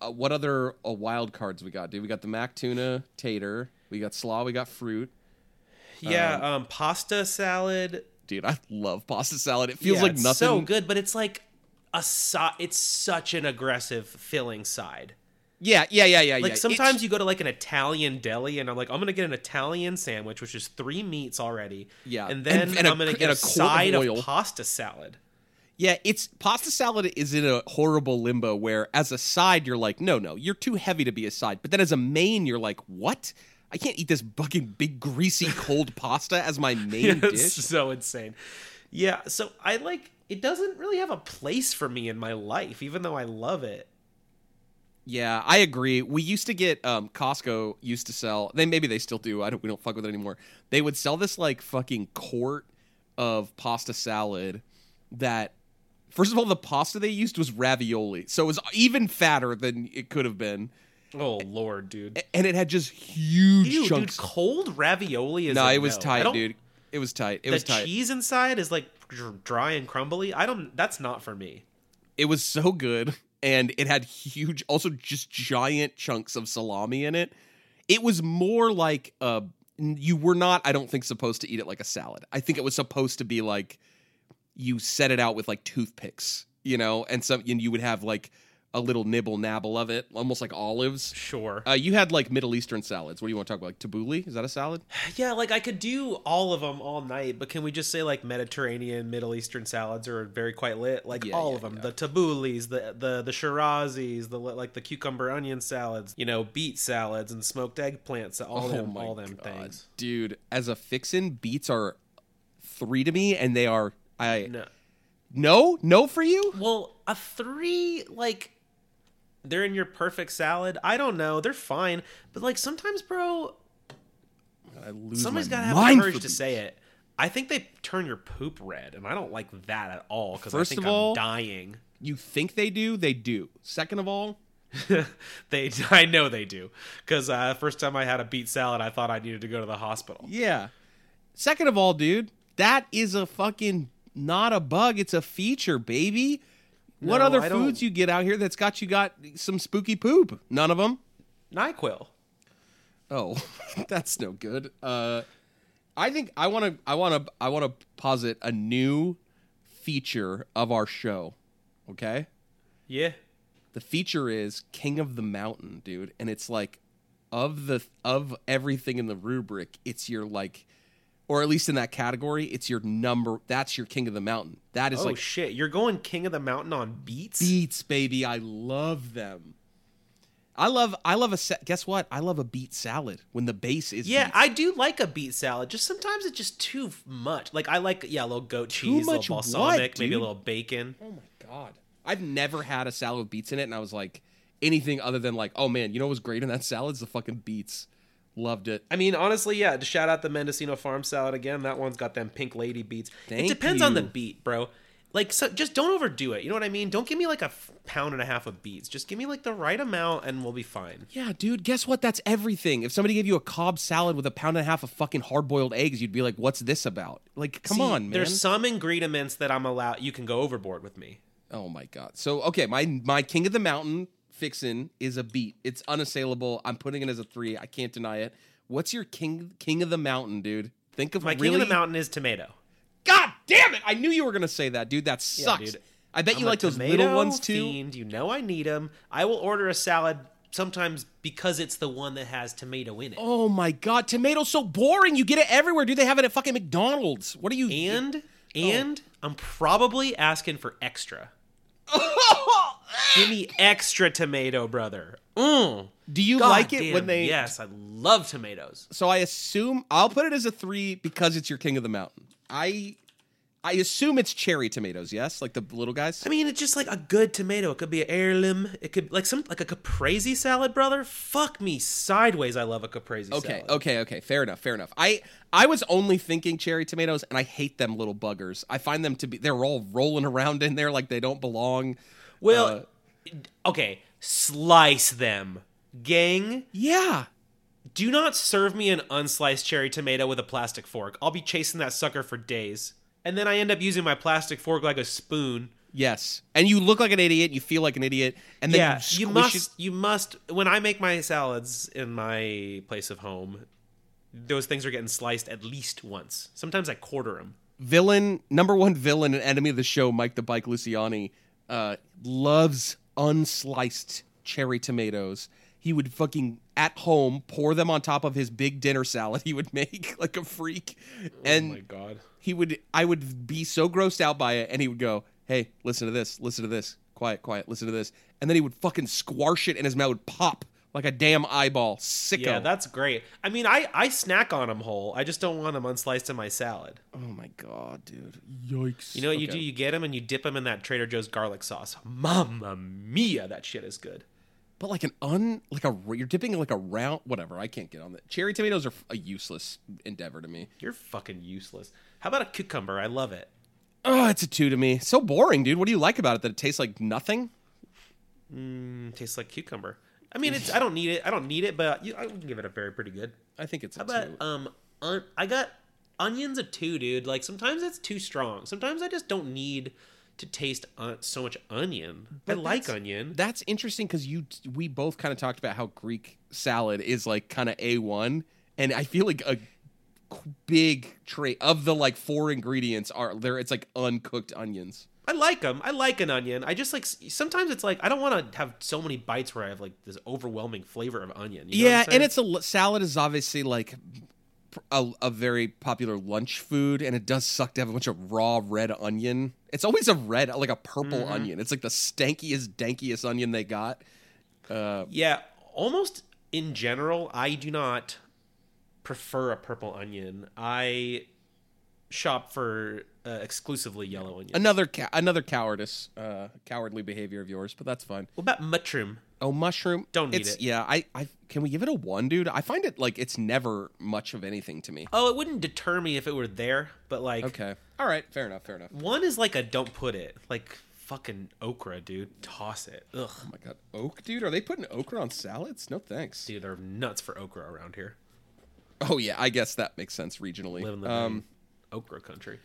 A: Uh, what other uh, wild cards we got, dude? We got the mac tuna tater. We got slaw. We got fruit.
B: Yeah, um, pasta salad.
A: Dude, I love pasta salad. It feels
B: Yeah,
A: like
B: it's
A: nothing.
B: So good, but it's like a so- It's such an aggressive filling side.
A: Yeah, yeah, yeah, yeah.
B: Like
A: yeah.
B: sometimes
A: It's-
B: you go to like an Italian deli, and I'm like, I'm gonna get an Italian sandwich, which is three meats already.
A: Yeah,
B: and then
A: and- and a-
B: I'm gonna
A: and
B: get
A: a
B: a,
A: quart of
B: side of,
A: oil.
B: pasta salad.
A: yeah, it's pasta salad is in a horrible limbo where as a side you're like, no, no, you're too heavy to be a side. But then as a main you're like, what? I can't eat this fucking big greasy cold pasta as my main
B: It's
A: dish.
B: so insane. Yeah, so I like it. Doesn't really have a place for me in my life, even though I love it.
A: Yeah, I agree. We used to get um, Costco used to sell. They maybe they still do. I don't. We don't fuck with it anymore. They would sell this like fucking quart of pasta salad. That first of all, the pasta they used was ravioli, so it was even fatter than it could have been,
B: Oh lord, dude.
A: and it had just huge
B: Ew, dude,
A: chunks.
B: cold ravioli is
A: no,
B: a
A: it was
B: no. I
A: tight,
B: don't-
A: dude. It was tight. It
B: the
A: was tight.
B: cheese inside is like dr- dry and crumbly. I don't. That's not for me.
A: It was so good, and it had huge, also just giant chunks of salami in it. It was more like uh, n- you were not, I don't think, supposed to eat it like a salad. I think it was supposed to be like you set it out with like toothpicks, you know, and some, and you would have like a little nibble nabble of it, almost like olives.
B: Sure.
A: Uh, you had like Middle Eastern salads. What do you want to talk about? Like tabbouleh? Is that a salad?
B: yeah, like I could do all of them all night, but can we just say like Mediterranean, Middle Eastern salads are very quite lit. Like
A: Yeah,
B: all
A: yeah,
B: of them,
A: yeah.
B: the tabboulehs, the the the shirazis, the like the cucumber onion salads, you know, beet salads and smoked eggplants. All
A: Oh
B: them, all them things.
A: dude! As a fixin, beets are three to me, and they are I
B: No.
A: no no for you.
B: Well, a three, like, they're in your perfect salad. I don't know. They're fine. But, like, sometimes, bro,
A: I lose
B: somebody's
A: my
B: got to have
A: mind
B: the
A: for
B: courage to
A: beets.
B: say it. I think they turn your poop red, and I don't like that at all because I
A: First
B: think
A: of
B: I'm
A: all-
B: dying.
A: You think they do? They do. Second of all,
B: they, I know they do, because uh, first time I had a beet salad, I thought I needed to go to the hospital.
A: yeah. Second of all, dude, that is a fucking not a bug. It's a feature, baby. What
B: No,
A: other
B: I don't-
A: foods you get out here that's got you got some spooky poop? None of them.
B: Nyquil.
A: Oh, that's no good. Uh, I think I want to. I want to. I want to posit a new feature of our show. Okay.
B: Yeah.
A: the feature is King of the Mountain, dude, and it's like of the of everything in the rubric, it's your like or at least in that category, it's your number that's your King of the Mountain. That is
B: oh
A: like
B: shit! You're going King of the Mountain on beets.
A: beats, baby. I love them. I love I love a sa- guess what? I love a beet salad when the base is
B: Yeah,
A: beets.
B: I do like a beet salad. Just sometimes it's just too f- much. Like I like yeah, a little goat cheese, a
A: much
B: little
A: what,
B: balsamic, maybe a
A: dude?
B: little bacon.
A: Oh my god. I've never had a salad with beets in it and I was like anything other than like, "Oh man, you know what was great in that salad's the fucking beets." Loved it.
B: I mean, honestly, yeah. To shout out the Mendocino Farm Salad again, that one's got them pink lady beets.
A: Thank
B: it depends on the
A: you.
B: beet, bro. Like, so just don't overdo it. You know what I mean? Don't give me like a f- pound and a half of beets. Just give me like the right amount, and we'll be fine.
A: Yeah, dude, guess what? That's everything. If somebody gave you a Cobb salad with a pound and a half of fucking hard boiled eggs, you'd be like, what's this about? Like, come
B: See,
A: on, man.
B: There's some ingredients that I'm allowed. You can go overboard with me.
A: oh my God. So, okay, my my King of the Mountain fixin' is a beat. It's unassailable. I'm putting it as a three. I can't deny it. What's your King King of the Mountain, dude? Think of
B: My
A: really...
B: king of the mountain is tomato.
A: God damn it. I knew you were going to say that, dude. That sucks.
B: dude.
A: I bet you
B: I'm a
A: like those
B: tomato
A: little ones too.
B: Fiend. You know I need them. I will order a salad sometimes because it's the one that has tomato in it.
A: Oh my God. Tomatoes so boring. You get it everywhere, dude. They have it at fucking McDonald's. What are you.
B: And and I'm probably asking for extra. Give me extra tomato, brother. Mm.
A: Do you
B: God
A: like it
B: damn,
A: when they.
B: Yes, I love tomatoes.
A: so I assume I'll put it as a three because it's your king of the mountain. I I assume it's cherry tomatoes, yes, like the little guys.
B: I mean, it's just like a good tomato. It could be an heirloom. It could like some like a caprese salad, brother. Fuck me sideways. I love a caprese
A: Okay,
B: salad.
A: okay, okay. Fair enough, fair enough. I I was only thinking cherry tomatoes, and I hate them little buggers. I find them to be they're all rolling around in there like they don't belong.
B: Well, uh, okay, slice them, gang.
A: Yeah,
B: Do not serve me an unsliced cherry tomato with a plastic fork. I'll be chasing that sucker for days. And then I end up using my plastic fork like a spoon.
A: yes. And you look like an idiot. You feel like an idiot. And then
B: yeah,
A: you,
B: you
A: squish
B: must.
A: It.
B: You must. When I make my salads in my place of home, those things are getting sliced at least once. Sometimes I quarter them.
A: Villain number one villain and enemy of the show, Mike the Bike Luciani, uh, loves unsliced cherry tomatoes. He would fucking at home pour them on top of his big dinner salad he would make like a freak, and
B: god.
A: he would I would be so grossed out by it, and he would go, "Hey, listen to this, listen to this, quiet, quiet, listen to this," and then he would fucking squash it, and his mouth would pop like a damn eyeball. Sicko.
B: Yeah, that's great. I mean, I I snack on them whole. I just don't want them unsliced in my salad.
A: oh my god, dude! Yikes!
B: You know what you do? You get them and you dip them in that Trader Joe's garlic sauce. Mamma mia, that shit is good.
A: But like an un, like a r- you're dipping in like a round, whatever. I can't get on that. Cherry tomatoes are f- a useless endeavor to me.
B: You're fucking useless. How about a cucumber? I love it.
A: Oh, it's a two to me. So boring, dude. What do you like about it? That it tastes like nothing.
B: Mm, tastes like cucumber. I mean, it's I don't need it. I don't need it, but you, I can give it a very pretty good.
A: I think it's a
B: How about
A: two.
B: um, on, I got onions a two, dude. Like sometimes it's too strong. Sometimes I just don't need to taste on, so much onion. I like
A: that's-
B: onion.
A: That's interesting because you we both kind of talked about how Greek salad is like kind of a one, and I feel like a qu- big trait of the like four ingredients are there. It's like uncooked onions.
B: I like them. I like an onion. I just like s- sometimes it's like I don't want to have so many bites where I have like this overwhelming flavor of onion. You know what I'm
A: yeah,
B: saying?
A: and it's a l- salad is obviously like pr- a, a very popular lunch food, and it does suck to have a bunch of raw red onion. It's always a red, like a purple
B: Mm-hmm.
A: onion. It's like the stankiest, dankiest onion they got.
B: Yeah, almost in general, I do not prefer a purple onion. I shop for uh, exclusively yellow onion.
A: Another ca- another cowardice, uh, cowardly behavior of yours, but that's fine.
B: What about mushroom?
A: Oh, mushroom.
B: Don't need
A: It's-
B: it.
A: Yeah, I, I can we give it a one, dude? I find it like it's never much of anything to me.
B: Oh, it wouldn't deter me if it were there, but like
A: Okay. All right. Fair enough. Fair enough. Oh
B: one is like a don't put it. Like fucking okra, dude. Toss it. Ugh.
A: Oh my god, oak, dude. Are they putting okra on salads? No thanks.
B: Dude, they're nuts for okra around here.
A: Oh yeah, I guess that makes sense regionally.
B: Live in the
A: um,
B: very okra country.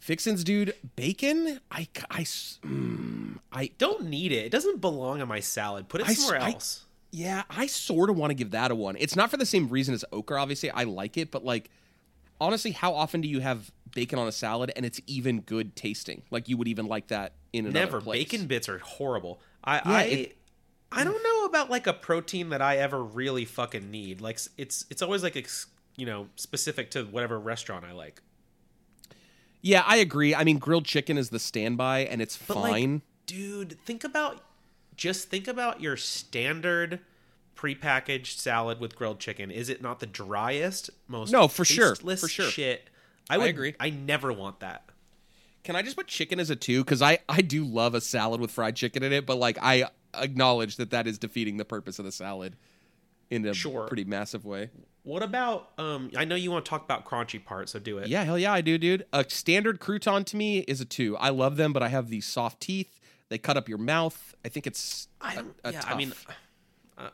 A: fixins, dude. Bacon. I, c- I s- mm, I
B: Don't need it. It doesn't belong on my salad. Put it
A: I s-
B: somewhere
A: I-
B: else.
A: Yeah, I sort of want to give that a one. It's not for the same reason as ochre, obviously. I like it, but like, honestly, how often do you have bacon on a salad and it's even good tasting? Like, you would even like that in another
B: Never.
A: place.
B: Bacon bits are horrible. I I
A: it-
B: I don't know about like a protein that I ever really fucking need. Like s- it's it's always like ex, you know specific to whatever restaurant I like.
A: Yeah, I agree. I mean, grilled chicken is the standby, and it's
B: But
A: fine.
B: like, dude, think about just think about your standard prepackaged salad with grilled chicken. Is it not the driest, most
A: No, for sure,
B: tasteless
A: for sure.
B: shit? I, would,
A: agree.
B: I never want that.
A: Can I just put chicken as a two? Because I I do love a salad with fried chicken in it, but like I acknowledge that that is defeating the purpose of the salad in a
B: Sure.
A: pretty massive way.
B: What about um? I know you want to talk about crunchy part, so do it.
A: Yeah, hell yeah, I do, dude. A standard crouton to me is a two. I love them, but I have these soft teeth. They cut up your mouth. I think it's.
B: I
A: a-
B: don't.
A: a
B: yeah, I
A: tough.
B: mean, uh,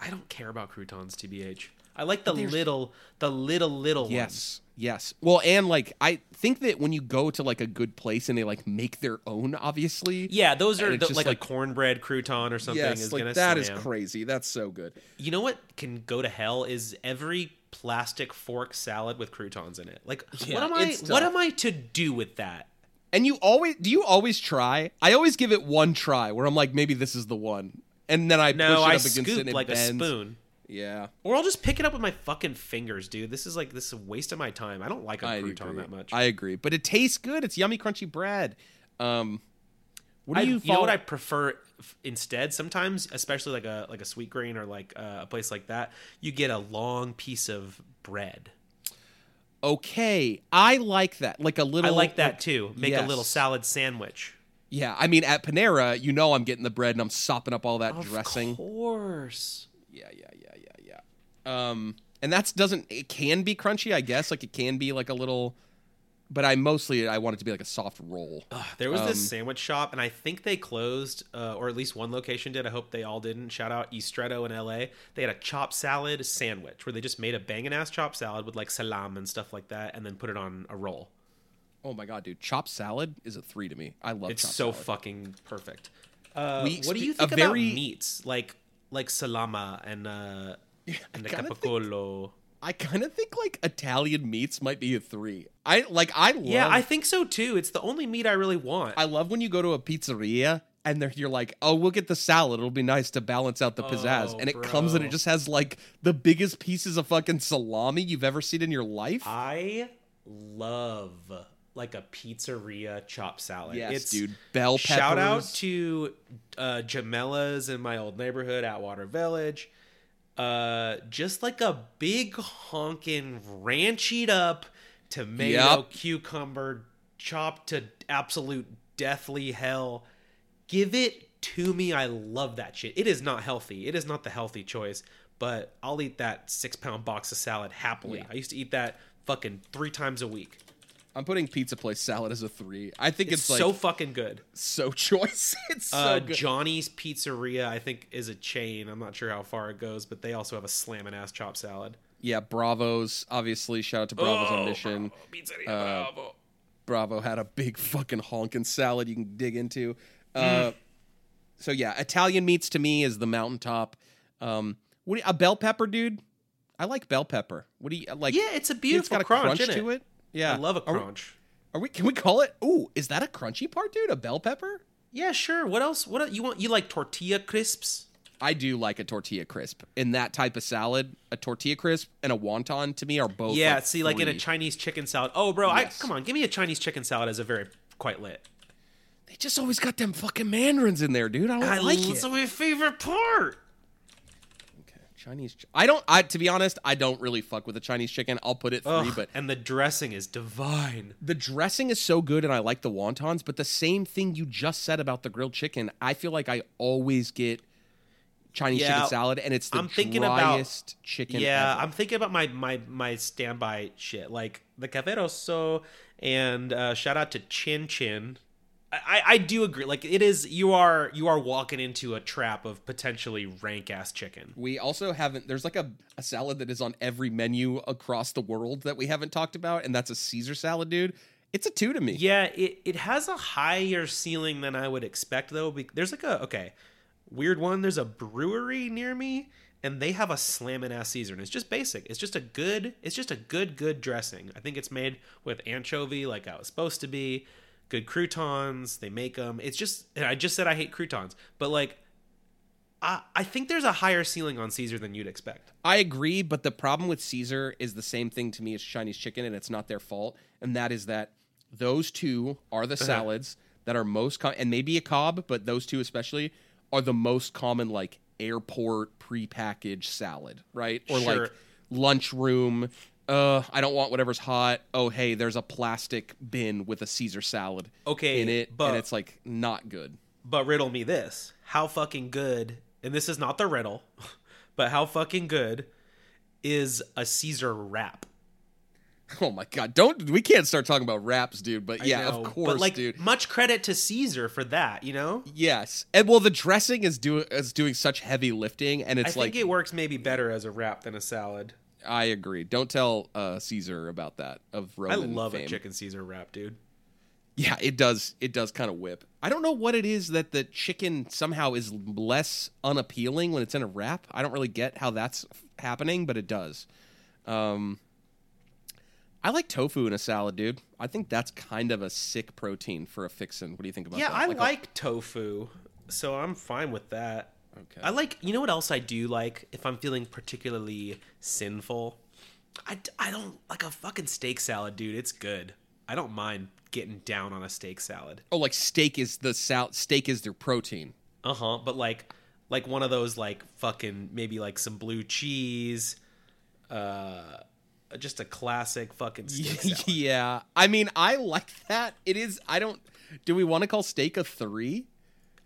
B: I don't care about croutons, tbh. I like the little, the little, little ones.
A: Yes, yes. Well, and like I think that when you go to like a good place and they like make their own, obviously.
B: Yeah, those are
A: it's
B: the,
A: just
B: like,
A: like-
B: a cornbread crouton or something.
A: Yes,
B: is
A: like
B: gonna
A: that is
B: slam.
A: crazy. That's so good.
B: You know what can go to hell is every plastic fork salad with croutons in it. Like,
A: Yeah,
B: what am I?
A: it's
B: What
A: tough.
B: am I to do with that?
A: And you always do you always try? I always give it one try where I'm like, maybe this is the one, and then I push
B: No,
A: it
B: I
A: up against it and
B: scoop
A: it
B: like a
A: bends.
B: spoon,
A: Yeah,
B: or I'll just pick it up with my fucking fingers, dude. This is like this is a waste of my time. I don't like a
A: I
B: crouton
A: agree.
B: that much.
A: I agree, but it tastes good. It's yummy, crunchy bread. Um, what
B: I,
A: do you?
B: you, know what
A: follow-
B: I prefer f- instead? Sometimes, especially like a like a sweet grain or like uh, a place like that, you get a long piece of bread.
A: okay i like that like a little
B: I like that too. Make a little
A: yes.
B: salad sandwich.
A: yeah i mean at panera you know i'm getting the bread and i'm sopping up all that dressing
B: Of course.
A: yeah yeah yeah yeah yeah um and that's doesn't it can be crunchy i guess like it can be like a little but i mostly i want it to be like a soft roll
B: There was
A: um,
B: this sandwich shop, and I think they closed, uh, or at least one location did. I hope they all didn't. Shout out Estretto in LA. They had a chopped salad sandwich where they just made a banging ass chopped salad with like salam and stuff like that, and then put it on a roll.
A: oh my god dude chopped salad is a three to me i love
B: It's
A: chopped
B: so
A: salad.
B: fucking perfect. Uh,
A: We
B: what do
A: spe-
B: you
A: a
B: think about
A: very-
B: meats like like salama and uh, and the
A: kinda think-
B: capocolo?
A: i kind of think like italian meats might be a three i like i love
B: Yeah, I think so too. It's the only meat I really want.
A: I love when you go to a pizzeria and they're, you're like, oh, we'll get the salad. It'll be nice to balance out the pizzazz.
B: Oh,
A: And it comes and it
B: bro.
A: just has like the biggest pieces of fucking salami you've ever seen in your life.
B: I love like a pizzeria chop salad.
A: yes,
B: it's,
A: dude. Bell peppers.
B: Shout out to uh, Jamella's in my old neighborhood, Atwater Village. Uh, just like a big honkin' ranchied up tomato,
A: Yep.
B: cucumber, chopped to absolute deathly hell. Give it to me. I love that shit. It is not healthy. It is not the healthy choice, but I'll eat that six pound box of salad happily.
A: Yeah.
B: I used to eat that fucking three times a week.
A: I'm putting pizza place salad as a three. I think it's,
B: It's
A: like so,
B: so fucking good.
A: choice. It's so
B: uh,
A: good.
B: Johnny's Pizzeria, I think, is a chain. I'm not sure how far it goes, but they also have a slamming ass chop salad.
A: yeah, Bravos. Obviously, shout out to Bravos on
B: Oh,
A: Mission.
B: Bravo, Pizzeria uh, Bravo.
A: Bravo had a big fucking honkin' salad you can dig into. Uh,
B: Mm.
A: So yeah, Italian meats to me is the mountaintop. Um, what do you, a bell pepper, dude? I like bell pepper. What do you uh, like?
B: Yeah, it's a
A: it's
B: beautiful
A: got a
B: crunch,
A: crunch
B: innit?
A: to it. Yeah,
B: I love a
A: Are we-
B: crunch.
A: Are we, Can we call it? Ooh, is that a crunchy part, dude? A bell pepper?
B: Yeah, sure. What else? What el- you want? You like tortilla crisps?
A: I do like a tortilla crisp in that type of salad. A tortilla crisp and a wonton to me are both.
B: Yeah, see, like in a
A: three.
B: Chinese chicken salad. Oh, bro,
A: Yes.
B: I come on, give me a Chinese chicken salad as a very quite lit.
A: they just always got them fucking mandarins in there, dude. I don't
B: I
A: like
B: l-
A: it.
B: It's my favorite part.
A: Okay. Chinese. Chi- I don't. I to be honest, I don't really fuck with the Chinese chicken. I'll put it three,
B: Ugh,
A: but
B: and the dressing is divine.
A: the dressing is so good, and I like the wontons. But the same thing you just said about the grilled chicken, I feel like I always get Chinese
B: Yeah.
A: chicken salad, and it's the
B: I'm thinking about-
A: driest chicken.
B: yeah,
A: ever.
B: I'm thinking about my my my standby shit like the Caveroso and uh, shout out to Chin Chin. I, I- I do agree. Like it is, you are you are walking into a trap of potentially rank ass chicken.
A: We also haven't. There's like a, a salad that is on every menu across the world that we haven't talked about, and that's a Caesar salad, dude. It's a two to me.
B: Yeah, it, it has a higher ceiling than I would expect, though. Be- There's like a, okay, weird one. There's a brewery near me, and they have a slamming ass Caesar, and it's just basic. It's just a good, it's just a good, good dressing. I think it's made with anchovy, like I was supposed to be, good croutons. They make them. It's just, and I just said I hate croutons, but like, I, I think there's a higher ceiling on Caesar than you'd expect.
A: I agree, but the problem with Caesar is the same thing to me as Chinese chicken, and it's not their fault. And that is that those two are
B: Uh-huh.
A: the salads that are most com- and maybe a cob, but those two especially are the most common like airport prepackaged salad, right? Or
B: Sure.
A: like lunchroom. Uh, I don't want whatever's hot. Oh, hey, there's a plastic bin with a Caesar salad
B: Okay,
A: in it,
B: but-
A: and it's like not good.
B: But riddle me this. How fucking good, and this is not the riddle, but how fucking good is a Caesar wrap?
A: Oh my god, don't we can't start talking about wraps, dude. But yeah,
B: You know,
A: of course,
B: But like,
A: dude.
B: much credit to Caesar for that, you know?
A: Yes, and well, the dressing is doing is doing such heavy lifting, and
B: I
A: it's
B: think
A: like
B: it works maybe better as a wrap than a salad.
A: I agree. Don't tell uh, Caesar about that of
B: I
A: Roman.
B: love
A: fame.
B: a chicken Caesar wrap, dude.
A: Yeah, it does. It does kind of whip. I don't know what it is that the chicken somehow is less unappealing when it's in a wrap. I don't really get how that's happening, but it does. Um, I like tofu in a salad, dude. I think that's kind of a sick protein for a fixin'. What do you think about
B: Yeah,
A: that?
B: I
A: Uh, a-
B: like tofu, so I'm fine with that.
A: Okay.
B: I like, you know what else I do like if I'm feeling particularly sinful? I, d- I don't like a fucking steak salad, dude. It's good. I don't mind getting down on a steak salad.
A: oh, like steak is the sal- steak is their protein.
B: Uh huh. But like, like one of those like fucking maybe like some blue cheese, uh, just a classic fucking steak salad.
A: yeah. I mean, I like that. It is I don't do we want to call steak a 3?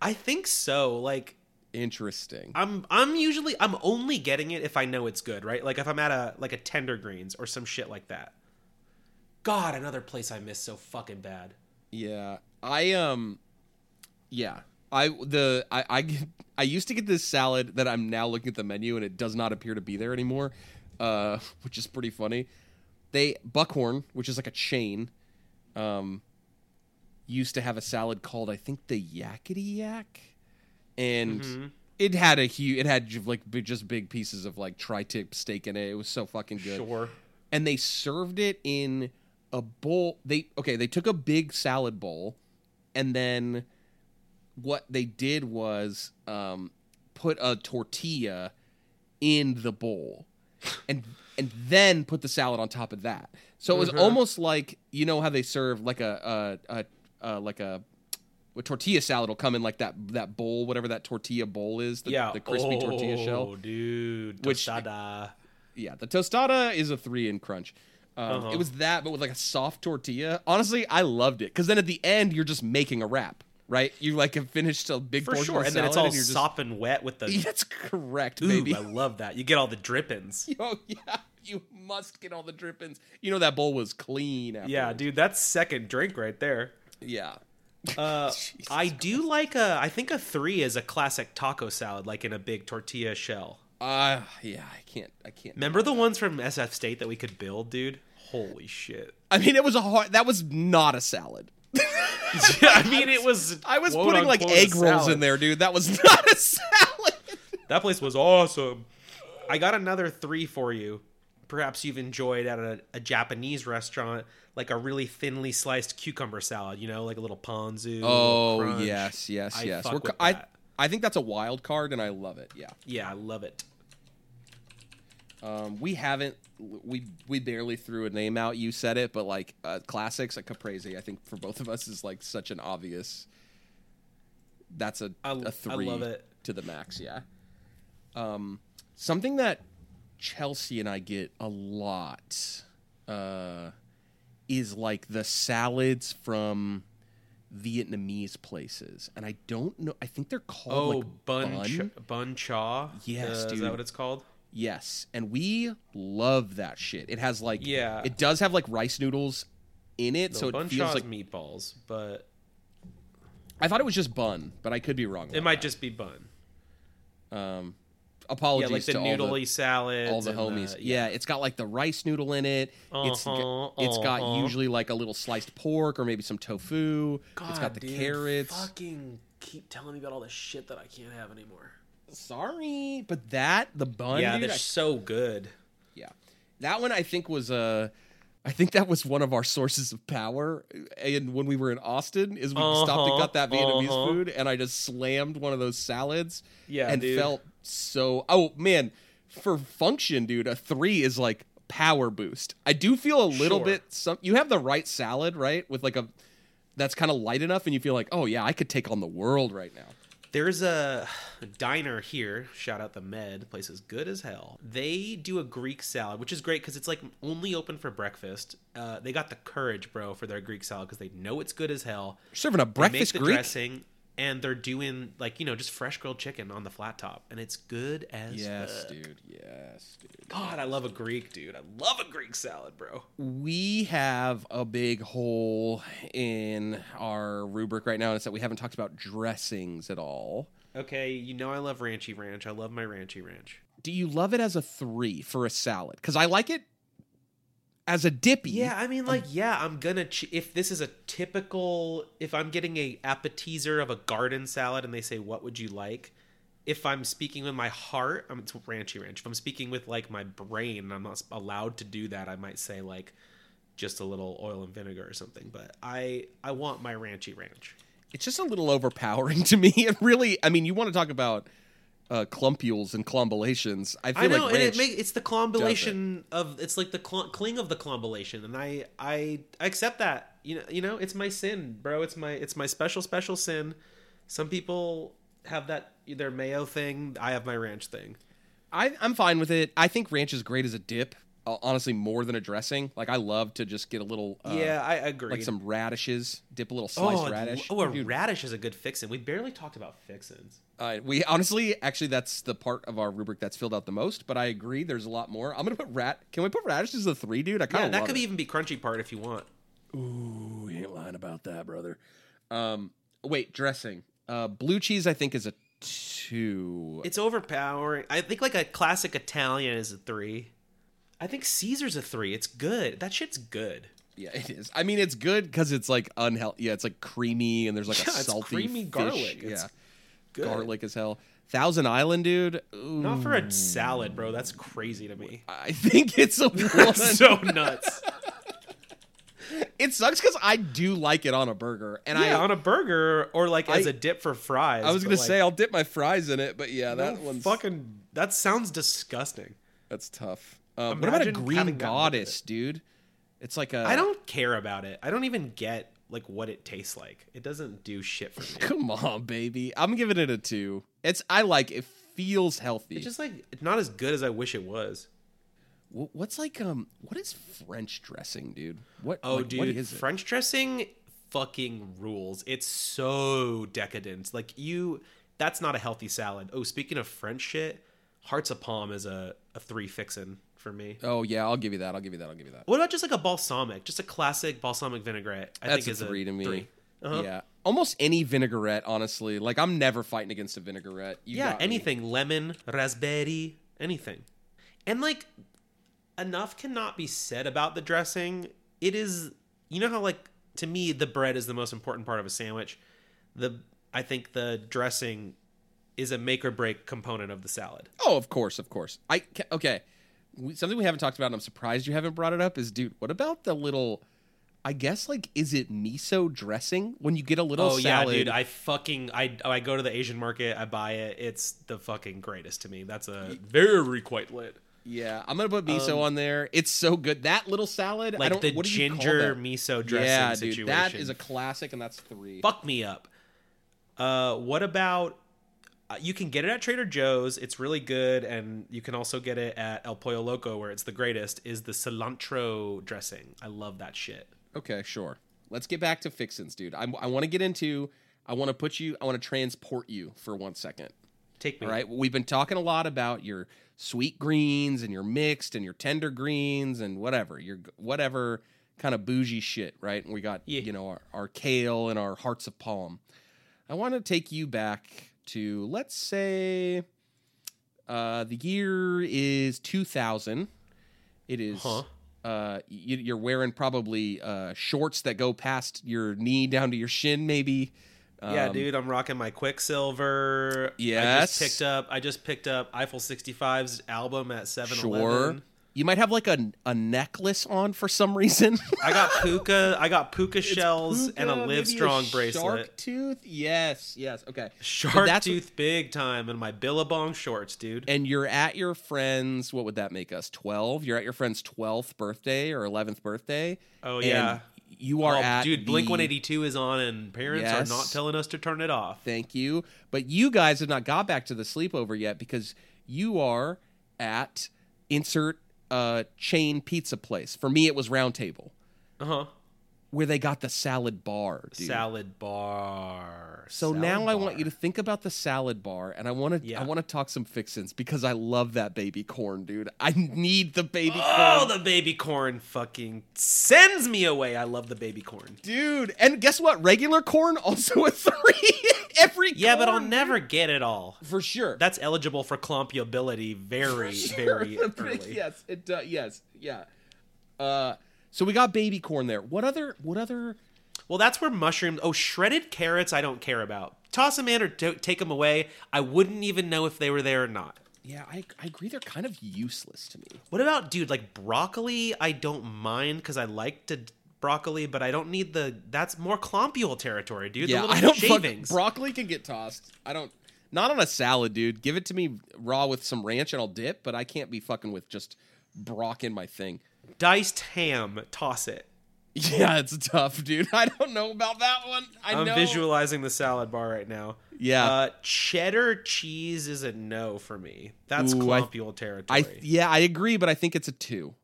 B: I think so. Like,
A: Interesting.
B: I'm I'm usually I'm only getting it if I know it's good, right? Like if I'm at a like a Tender Greens or some shit like that. God, another place I miss so fucking bad.
A: Yeah. I um yeah. I the I I get- I used to get this salad that I'm now looking at the menu and it does not appear to be there anymore. Uh which is pretty funny. They Buckhorn, which is like a chain, um used to have a salad called I think the Yakety Yak and It had a huge. It had ju- like big, just big pieces of like tri-tip steak in it. It was so fucking good
B: Sure.
A: and they served it in a bowl they okay they took a big salad bowl and then what they did was um, put a tortilla in the bowl and and then put the salad on top of that so it was
B: Uh-huh.
A: almost like you know how they serve like a, a, a, a like a a tortilla salad will come in like that that bowl whatever that tortilla bowl is the,
B: yeah,
A: the crispy
B: oh,
A: tortilla shell
B: dude.
A: Which-
B: tostada.
A: yeah, the tostada is a three in crunch. Um,
B: Uh-huh.
A: It was that, but with like a soft tortilla. Honestly, I loved it because then at the end you're just making a wrap, right? You like have finished a big
B: for
A: portion
B: sure,
A: of
B: and
A: salad
B: then it's all
A: and you're just-
B: sopping wet with the.
A: That's correct,
B: Ooh,
A: baby.
B: I love that. You get all the drippings.
A: oh yeah, you must get all the drippings. You know that bowl was clean. After.
B: Yeah, dude, that's second drink right there.
A: yeah.
B: Uh,
A: Jesus
B: I do like a. I think a three is a classic taco salad, like in a big tortilla shell.
A: Uh, yeah. I can't. I can't.
B: Remember the ones from SF State that we could build, dude? Holy shit!
A: I mean, it was a hard. That was not a salad.
B: I mean, it was.
A: I was
B: quote,
A: putting like
B: unquote, a
A: egg rolls in
B: salad.
A: there, dude. That was not a salad.
B: That place was awesome. I got another three for you. Perhaps you've enjoyed at a, a Japanese restaurant, like a really thinly sliced cucumber salad. You know, like a little ponzu. a little
A: Oh
B: crunch.
A: yes, yes,
B: I
A: yes.
B: fuck
A: We're,
B: with
A: I
B: that.
A: I think that's a wild card, and I love it. Yeah,
B: Yeah, I love it.
A: um, we haven't we we barely threw a name out. You said it, but like uh, classics, like Caprese, I think for both of us is like such an obvious. That's a
B: I- I
A: a three
B: love it.
A: to the max. Yeah, um, something that Chelsea and I get a lot uh, is like the salads from Vietnamese places, and I don't know. I think they're called
B: Oh,
A: like
B: bun
A: bun.
B: bun, ch- bun cha.
A: Yes,
B: Uh, is
A: dude.
B: that what it's called?
A: Yes, and we love that shit. It has like
B: Yeah.
A: it does have like rice noodles in it, so
B: So
A: it
B: bun
A: feels
B: cha
A: like
B: is meatballs, but
A: I thought it was just bun, but I could be wrong.
B: it might just be bun. Yeah,
A: apologies
B: like the
A: to all
B: noodly
A: the,
B: salad.
A: all the homies. yeah. it's got like the rice noodle in it. It's g-
B: Uh-huh,
A: it's got
B: uh-huh.
A: usually like a little sliced pork or maybe some tofu. it's got the carrots.
C: Fucking keep telling me about all the shit that I can't have anymore.
A: Sorry, but that the bun.
B: yeah,
A: dude,
B: they're
A: I-
B: so good.
A: Yeah. That one I think was uh I think that was one of our sources of power. And when we were in Austin, is we stopped and
B: Uh-huh,
A: got that Vietnamese
B: uh-huh.
A: food, and I just slammed one of those salads.
B: Yeah,
A: and
B: dude.
A: felt so. Oh man, for function, dude, a three is like power boost. I do feel a little
B: Sure.
A: bit. Some you have the right salad, right? With like a that's kind of light enough, and you feel like, oh yeah, I could take on the world right now.
B: There's a diner here. Shout out the Med. The place is good as hell. They do a Greek salad, which is great because it's like only open for breakfast. Uh, they got the courage, bro, for their Greek salad because they know it's good as hell.
A: Serving a
B: They make
A: breakfast
B: the
A: Greek.
B: dressing, and they're doing like you know just fresh grilled chicken on the flat top, and it's good as
A: Yes,
B: fuck.
A: dude. Yes, dude.
B: God, I love a Greek, dude. I love a Greek salad, bro.
A: we have a big hole in our rubric right now. and It's that we haven't talked about dressings at all.
B: Okay, you know I love ranchy ranch. I love my ranchy ranch.
A: Do you love it as a three for a salad? Because I like it as a dippy.
B: Yeah, I mean, like, yeah, I'm gonna ch- if this is a typical if I'm getting a appetizer of a garden salad and they say what would you like, if I'm speaking with my heart, I'm it's ranchy ranch. If I'm speaking with like my brain, and I'm not s- allowed to do that. I might say like just a little oil and vinegar or something. But I I want my ranchy ranch.
A: It's just a little overpowering to me. It really, I mean, you want to talk about uh, clumpules and clumbulations. I feel
B: I know,
A: like
B: and
A: ranch,
B: it make, it's the clombulation of it's like the cl- cling of the clombulation, and I, I I accept that. You know, you know, it's my sin, bro. It's my it's my special special sin. Some people have that their mayo thing. I have my ranch thing.
A: I, I'm fine with it. I think ranch is great as a dip, uh, honestly, more than a dressing. Like, I love to just get a little, uh,
B: yeah, I agree.
A: like some radishes, dip a little sliced
B: oh,
A: radish.
B: Oh, a
A: Dude,
B: radish is a good fixin. We barely talked about fixins.
A: Uh, we honestly, actually, that's the part of our rubric that's filled out the most. But I agree, there's a lot more. I'm gonna put rat. Can we put radishes as a three, dude? I kind
B: Yeah,
A: of
B: that could even be crunchy part if you want.
A: Ooh, you ain't lying about that, brother. Um, wait, dressing. Uh, blue cheese, I think, is a two.
B: It's overpowering. I think like a classic Italian is a three. I think Caesar's a three. It's good. That shit's good.
A: yeah, it is. I mean, it's good because it's like unhealthy. Yeah, it's like creamy and there's like
B: Yeah,
A: a
B: it's
A: salty
B: creamy
A: fish.
B: garlic. It's
A: yeah,
B: Good.
A: garlic as hell. Thousand Island, dude. Ooh,
B: Not for a salad, bro. That's crazy to me.
A: I think it's a one.
B: That's so nuts.
A: it sucks because I do like it on a burger, and I
B: yeah, on a burger or like as
A: I-
B: a dip for fries.
A: I was
B: but,
A: gonna
B: like,
A: say I'll dip my fries in it, but yeah,
B: no
A: that one's
B: fucking. That sounds disgusting.
A: that's tough. Um, what about a
B: Imagine
A: green
B: having gotten rid of
A: goddess, dude? It's like a
B: I don't care about it. I don't even get like what it tastes like. It doesn't do shit for me.
A: come on, baby. I'm giving it a two. It's I like it feels healthy.
B: It's just like it's not as good as I wish it was.
A: Wh- What's like um what is French dressing, dude? What
B: Oh,
A: like, what
B: dude,
A: is it?
B: French dressing fucking rules. It's so decadent. Like you, that's not a healthy salad. Oh, speaking of French shit, hearts of palm is a a three fixin for me.
A: Oh yeah, I'll give you that. I'll give you that. I'll give you that.
B: What about just like a balsamic, just a classic balsamic vinaigrette? I
A: That's
B: think
A: a
B: is
A: three to me.
B: three. Uh-huh. Yeah,
A: Yeah, almost any vinaigrette, honestly. Like I'm never fighting against a vinaigrette. You got me.
B: anything lemon, raspberry, anything, and like enough cannot be said about the dressing. It is, you know how like to me the bread is the most important part of a sandwich. The I think the dressing is a make or break component of the salad.
A: Oh, of course, of course. I ca- okay. We, something we haven't talked about, and I'm surprised you haven't brought it up. Is dude, what about the little? I guess like, is it miso dressing when you get a little
B: Oh
A: salad?
B: yeah, dude! I fucking I I go to the Asian market. I buy it. It's the fucking greatest to me. That's a very quite lit.
A: yeah, I'm gonna put miso on there. It's so good. That little salad, I
B: Um, like
A: don't,
B: the
A: what do you call
B: ginger
A: that?
B: miso dressing
A: yeah, dude,
B: situation.
A: that is a classic, and that's three.
B: fuck me up. Uh, what about? uh, You can get it at Trader Joe's. It's really good, and you can also get it at El Pollo Loco, where it's the greatest. Is the cilantro dressing? I love that shit.
A: Okay, sure. Let's get back to fixins, dude. I'm, I want to get into. I want to put you. I want to transport you for one second.
B: Take me.
A: All right. We've been talking a lot about your sweet greens and your mixed and your tender greens and whatever, your whatever kind of bougie shit, right? And we got,
B: Yeah.
A: you know, our, our kale and our hearts of palm. I want to take you back to, let's say, uh, the year is 2000. It is.
B: Huh.
A: Uh, you, you're wearing probably uh, shorts that go past your knee down to your shin, maybe.
B: yeah,
A: Um,
B: dude, I'm rocking my Quicksilver. I
A: Yes.
B: just picked up. I just picked up Eiffel 65's album at 7-Eleven.
A: Sure. You might have like a, a necklace on for some reason.
B: I got puka. I got puka shells and
A: Puka,
B: a
A: maybe
B: Live Strong
A: shark
B: bracelet.
A: tooth? Yes, yes. Okay. But
B: Shark
A: that's-
B: tooth big time in my Billabong shorts, dude.
A: And you're at your friend's, what would that make us? 12? You're at your friend's 12th birthday or 11th birthday.
B: Oh,
A: and
B: yeah.
A: You are
B: Oh,
A: at.
B: dude, Blink
A: the-
B: 182 is on, and parents
A: Yes.
B: are not telling us to turn it off.
A: Thank you. But you guys have not got back to the sleepover yet because you are at insert uh, chain pizza place. For me, it was Round Table,
B: Uh huh.
A: where they got the salad bar. Dude.
B: Salad bar.
A: So now I want you to think about the salad bar, and I want to
B: Yeah.
A: I want to talk some fixins because I love that baby corn, dude. I need the baby
B: Oh,
A: corn,
B: the baby corn fucking sends me away. I love the baby corn.
A: dude. And guess what? Regular corn also a three every.
B: Yeah, but I'll
A: corn,
B: never get it all.
A: for sure.
B: That's eligible for clompability very, very early.
A: yes, it does. yes, yeah. Uh, so we got baby corn there. What other? What other?
B: Well, that's where mushrooms. Oh, shredded carrots. I don't care about. Toss them in or to take them away. I wouldn't even know if they were there or not.
A: Yeah, I, I agree. They're kind of useless to me.
B: What about dude like broccoli? I don't mind because I like to d- broccoli, but I don't need the. That's more clompule territory, dude.
A: Yeah,
B: the little
A: I don't. fuck-
B: shavings.
A: broccoli can get tossed. I don't. Not on a salad, dude. Give it to me raw with some ranch and I'll dip. But I can't be fucking with just brock in my thing.
B: Diced ham. Toss it.
A: Yeah, it's tough, dude. I don't know about that one. I
B: I'm
A: know.
B: visualizing the salad bar right now.
A: Yeah.
B: Uh, cheddar cheese is a no for me. That's
A: Ooh, I-
B: clompule territory.
A: I yeah, I agree, but I think it's a two.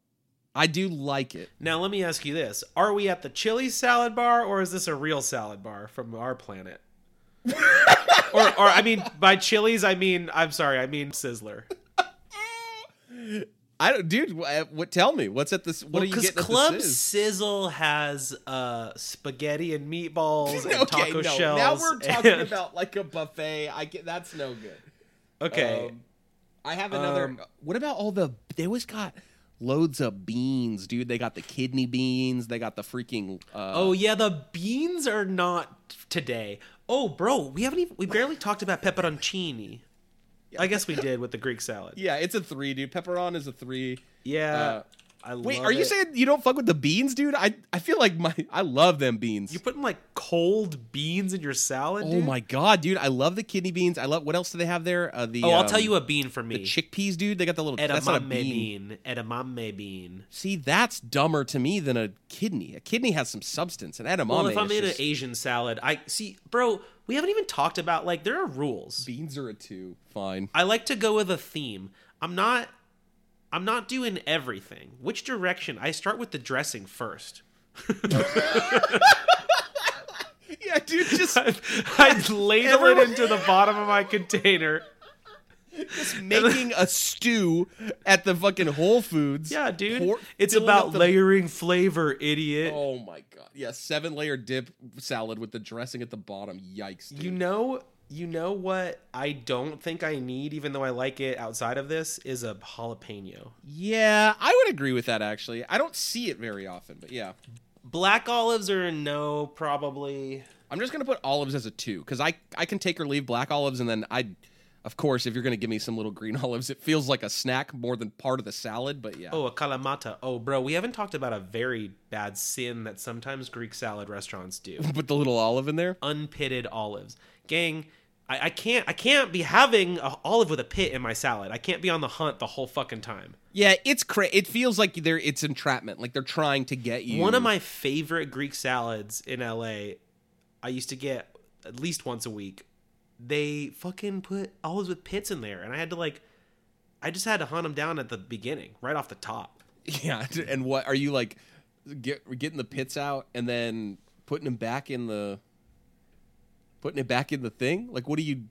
A: I do like it.
B: Now let me ask you this: Are we at the chili salad bar, or is this a real salad bar from our planet? or, or I mean, by chilies, I mean I'm sorry, I mean Sizzler.
A: I don't, dude. uh, What, what? Tell me, what's at this? What are you
B: Because
A: getting
B: Club
A: at this? is?
B: Sizzle has uh, spaghetti and meatballs and
A: no.
B: taco shells.
A: Now we're talking
B: and-
A: about like a buffet. I get that's no good.
B: okay.
A: Um, I have another.
B: Um,
A: what about all the? They always got loads of beans, dude. They got the kidney beans. They got the freaking. Uh,
B: oh yeah, the beans are not today. Oh, bro, we haven't even we barely talked about pepperoncini. I guess we did with the Greek salad.
A: yeah, it's a three, dude. Pepperon is a three.
B: Yeah,
A: Uh,
B: I love
A: Wait, are you
B: it.
A: saying you don't fuck with the beans, dude? I I feel like my I love them beans.
B: You're putting like cold beans in your salad.
A: oh
B: dude?
A: my god, dude! I love the kidney beans. I love. What else do they have there? Uh, the
B: Oh, I'll
A: um,
B: tell you a bean for
A: the
B: me.
A: chickpeas, dude. They got the little. That's not a
B: edamame
A: bean.
B: bean. Edamame bean.
A: See, that's dumber to me than a kidney. A kidney has some substance, and edamame.
B: Well, if I'm
A: is
B: in an
A: just-
B: Asian salad, I see, bro. We haven't even talked about like there are rules.
A: beans are a two. Fine.
B: I like to go with a theme. I'm not. I'm not doing everything. Which direction? I start with the dressing first.
A: Yeah, dude. Just
B: I ladle
A: Everyone-
B: it into the bottom of my container.
A: making a stew at the fucking Whole Foods.
B: Yeah, dude.
A: Pour-
B: it's
A: filling up
B: about
A: the-
B: layering flavor, idiot.
A: Oh my god. Yeah, seven layer dip salad with the dressing at the bottom. Yikes. Dude.
B: You know, you know what I don't think I need, even though I like it outside of this, is a jalapeno.
A: Yeah, I would agree with that actually. I don't see it very often, but yeah.
B: Black olives are a no, probably.
A: I'm just gonna put olives as a two because I I can take or leave black olives, and then I, of course, if you're gonna give me some little green olives, it feels like a snack more than part of the salad. But yeah,
B: Oh, a kalamata. Oh, bro, we haven't talked about a very bad sin that sometimes Greek salad restaurants do:
A: put the little olive in there.
B: unpitted olives. Gang, I, I can't, I can't be having a olive with a pit in my salad. I can't be on the hunt the whole fucking time.
A: Yeah, it's cra- It feels like they're it's entrapment, like they're trying to get you.
B: One of my favorite Greek salads in LA, I used to get at least once a week. They fucking put olives with pits in there, and I had to like, I just had to hunt them down at the beginning, right off the top.
A: yeah, and what are you like? Get getting the pits out and then putting him back in the putting it back in the thing? Like what do you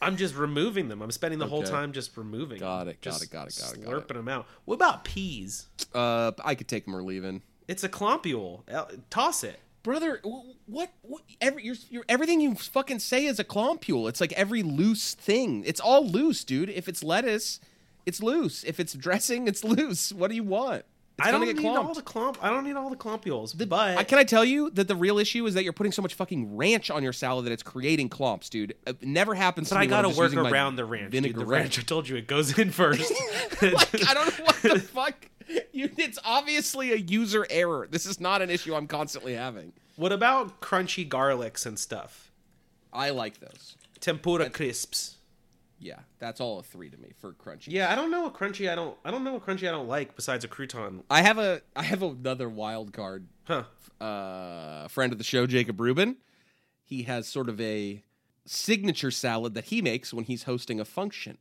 B: I'm just removing them. I'm spending the whole
A: Okay.
B: time just removing.
A: Got
B: them.
A: it, got
B: Just
A: it, got it, got it, got
B: Slurping
A: it.
B: them out. What about peas?
A: uh I could take him or leave him.
B: It's a clompule. Uh, Toss it.
A: Brother, wh- what, what every you're, you're, everything you fucking say is a clompule. It's like every loose thing. It's all loose, dude. If it's lettuce, it's loose. If it's dressing, it's loose. What do you want? It's
B: I don't
A: gonna
B: need
A: get
B: all
A: clomped.
B: the clump. I don't need all the clumpules. but
A: I, can I tell you that the real issue is that you're putting so much fucking ranch on your salad that it's creating clumps, dude. Uh, It never happens.
B: but
A: to
B: I
A: me when I'm
B: gotta
A: just
B: work
A: using my
B: around the ranch. Dude, the
A: vinaigrette.
B: ranch. I told you it goes in first.
A: like, I don't know what the fuck. You, it's obviously a user error. This is not an issue I'm constantly having.
B: what about crunchy garlics and stuff?
A: I like those.
B: Tempura crisps.
A: Yeah, that's all a three to me for crunchy.
B: Yeah, I don't know a crunchy. I don't. I don't know a crunchy. I don't like besides a crouton.
A: I have a I have another wild card
B: Huh.
A: uh, friend of the show, Jacob Rubin. He has sort of a signature salad that he makes when he's hosting a function.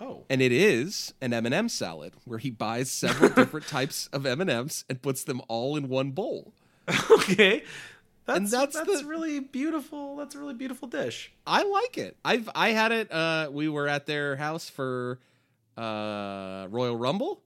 B: Oh.
A: and it is an M&M salad where he buys several different types of M&Ms and puts them all in one bowl.
B: okay. That's
A: And
B: that's,
A: that's the-
B: really beautiful. That's a really beautiful dish.
A: I like it. I've I had it uh we were at their house for uh Royal Rumble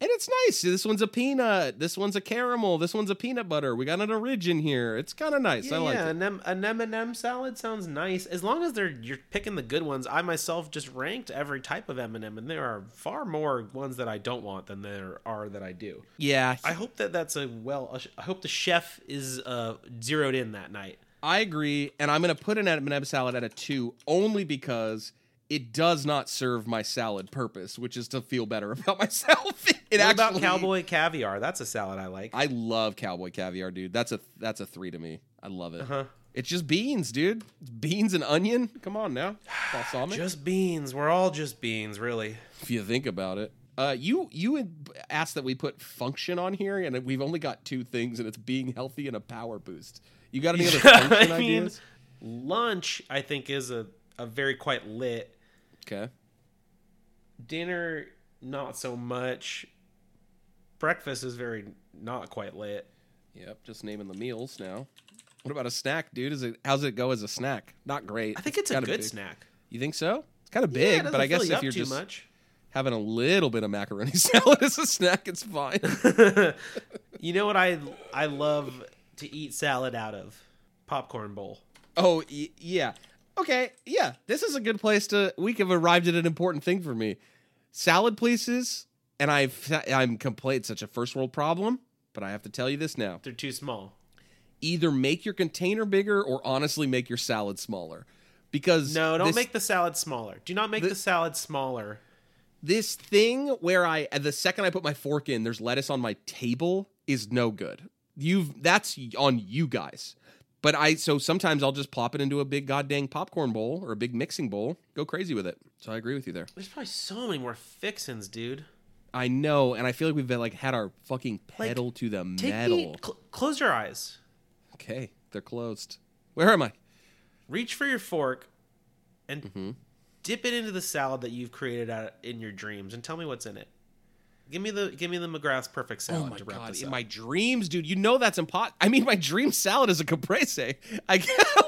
A: and it's nice. This one's a peanut, this one's a caramel, this one's a peanut butter. We got an origin here. It's kind of nice.
B: Yeah,
A: I like
B: yeah,
A: it.
B: an M- an M&M salad sounds nice as long as they're you're picking the good ones. I myself just ranked every type of M&M and there are far more ones that I don't want than there are that I do.
A: Yeah.
B: I hope that that's a well I hope the chef is uh zeroed in that night.
A: I agree, and I'm gonna put an M&M salad at a two only because it does not serve my salad purpose, which is to feel better about myself. It
B: What
A: actually
B: about cowboy caviar? That's a salad I like.
A: I love cowboy caviar, dude. That's a that's a three to me. I love it.
B: Uh-huh.
A: It's just beans, dude. It's beans and onion. Come on now, balsamic.
B: just beans. We're all just beans, really.
A: if you think about it, uh, you you had asked that we put function on here, and we've only got two things, and it's being healthy and a power boost. You got any other function
B: I mean-
A: ideas?
B: Lunch I think is a a very quite lit
A: Okay.
B: dinner not so much breakfast is very not quite lit
A: Yep. Just naming the meals now. What about a snack, dude? Is it how's it go as a snack? Not great.
B: i think it's a
A: kinda
B: good
A: big.
B: snack
A: You think so? It's kind of big, but I guess if you're
B: too
A: just
B: much
A: having a little bit of macaroni salad as a snack, it's fine.
B: you know what i i love to eat salad out of popcorn bowl
A: Oh y- yeah. Okay, yeah. This is a good place to. We have arrived at an important thing for me. Salad places, and I've I'm complain it's such a first world problem, but I have to tell you this now.
B: they're too small
A: Either make your container bigger, or honestly make your salad smaller, because
B: no don't
A: this,
B: make the salad smaller do not make the, salad smaller
A: this thing where I the second I put my fork in, there's lettuce on my table is no good. You've that's on you guys. But I so sometimes I'll just plop it into a big goddamn popcorn bowl or a big mixing bowl. Go crazy with it. So I agree with you there.
B: there's probably so many more fixins dude
A: I know, and I feel like we've been, like had our fucking
B: Like,
A: pedal to the
B: take
A: metal.
B: me cl- close your eyes
A: okay, they're closed. Where am I?
B: reach for your fork and
A: Mm-hmm.
B: dip it into the salad that you've created out in your dreams and tell me what's in it. Give me the give me the McGrath's perfect salad to wrap this
A: in
B: up.
A: Oh my dreams, dude. You know that's impossible. I mean, my dream salad is a caprese. I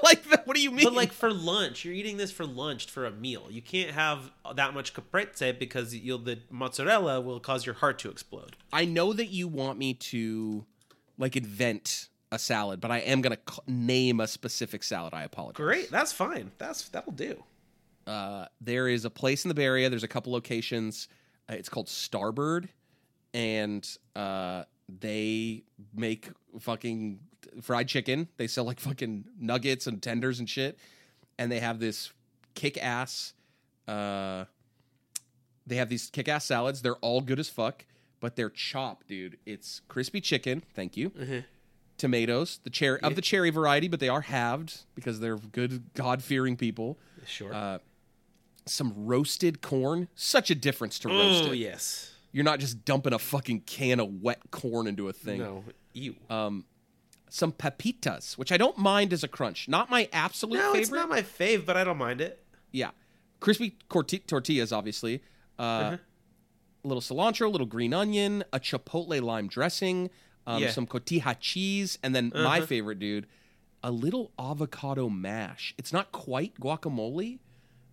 A: like that. What do you mean?
B: but like for lunch, you're eating this for lunch for a meal. You can't have that much caprese because you'll the mozzarella will cause your heart to explode.
A: I know that you want me to like invent a salad, but I am gonna c- name a specific salad. I apologize.
B: Great, that's fine. That's that'll do.
A: Uh, there is a place in the Bay Area. There's a couple locations. Uh, it's called Starbird, and uh, they make fucking fried chicken. They sell like fucking nuggets and tenders and shit. And they have this kick ass. Uh, they have these kick ass salads. They're all good as fuck, but they're chopped, dude. It's crispy chicken. Thank you. Tomatoes, the cherry of the cherry variety, but they are halved because they're good God fearing people
B: Sure.
A: Uh, some roasted corn. Such a difference to roast
B: oh
A: it.
B: yes.
A: You're not just dumping a fucking can of wet corn into a thing. Uh,
B: No. You.
A: Some papitas, which I don't mind as a crunch. Not my absolute
B: no,
A: favorite.
B: it's not my fave, but I don't mind it.
A: yeah. Crispy corti- tortillas, obviously.
B: Mm-hmm.
A: Uh, A little cilantro, a little green onion, a chipotle lime dressing, um,
B: Yeah. Mm-hmm.
A: some cotija cheese, and then my favorite, dude, a little avocado mash. It's not quite guacamole,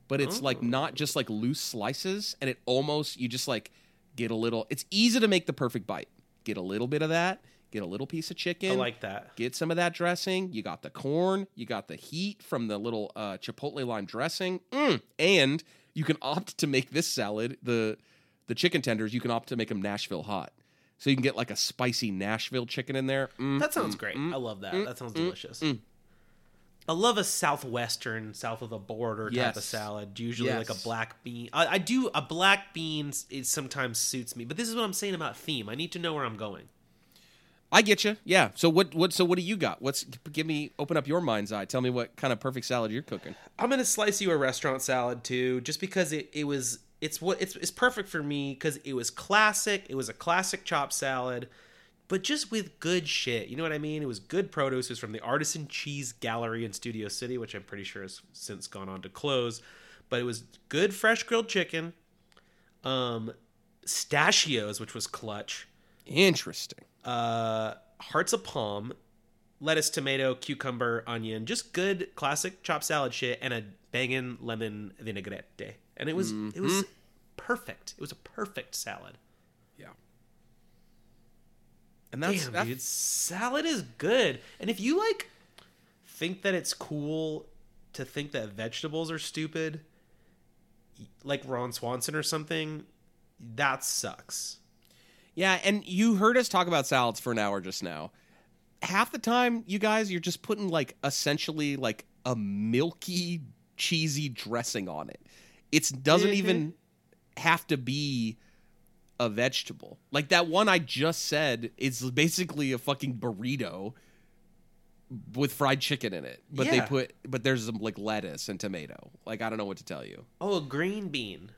A: but it's like not just like loose slices, and it almost you just like get a little. It's easy to make the perfect bite. Get a little bit of that. Get a little piece of chicken.
B: I like that.
A: Get some of that dressing. You got the corn. You got the heat from the little uh, chipotle lime dressing. Mm. And you can opt to make this salad the the chicken tenders. You can opt to make them Nashville hot, so you can get like a spicy Nashville chicken in there. Mm.
B: That sounds great. I love that. that sounds delicious. I love a southwestern, south of the border type of
A: Yes.
B: salad. Usually, like a
A: Yes.
B: black bean. I, I do a black beans. It sometimes suits me, but this is what I'm saying about theme. I need to know where I'm going.
A: I get you. Yeah. So what? What? So what do you got? What's? Give me. Open up your mind's eye. Tell me what kind of perfect salad you're cooking.
B: I'm gonna slice you a restaurant salad too, just because it, it was it's what it's it's perfect for me because it was classic. It was a classic chop salad, but just with good shit. You know what I mean? It was good produce. It was from the Artisan Cheese Gallery in Studio City, which I'm pretty sure has since gone on to close. But it was good fresh grilled chicken, um, stachios, which was clutch,
A: Interesting.
B: uh, hearts of palm, lettuce, tomato, cucumber, onion, just good classic chopped salad shit, and a bangin' lemon vinaigrette. And it was it was perfect. It was a perfect salad.
A: Yeah. And that's,
B: Damn,
A: that's
B: dude, salad is good. And if you like think that it's cool to think that vegetables are stupid, like Ron Swanson or something, that sucks.
A: Yeah, and you heard us talk about salads for an hour just now. Half the time, you guys, you're just putting like essentially like a milky, cheesy dressing on it. It doesn't even have to be a vegetable. Like that one I just said is basically a fucking burrito with fried chicken in it. But they
B: Yeah.
A: put but there's some like lettuce and tomato. Like I don't know what to tell you.
B: Oh, a green bean.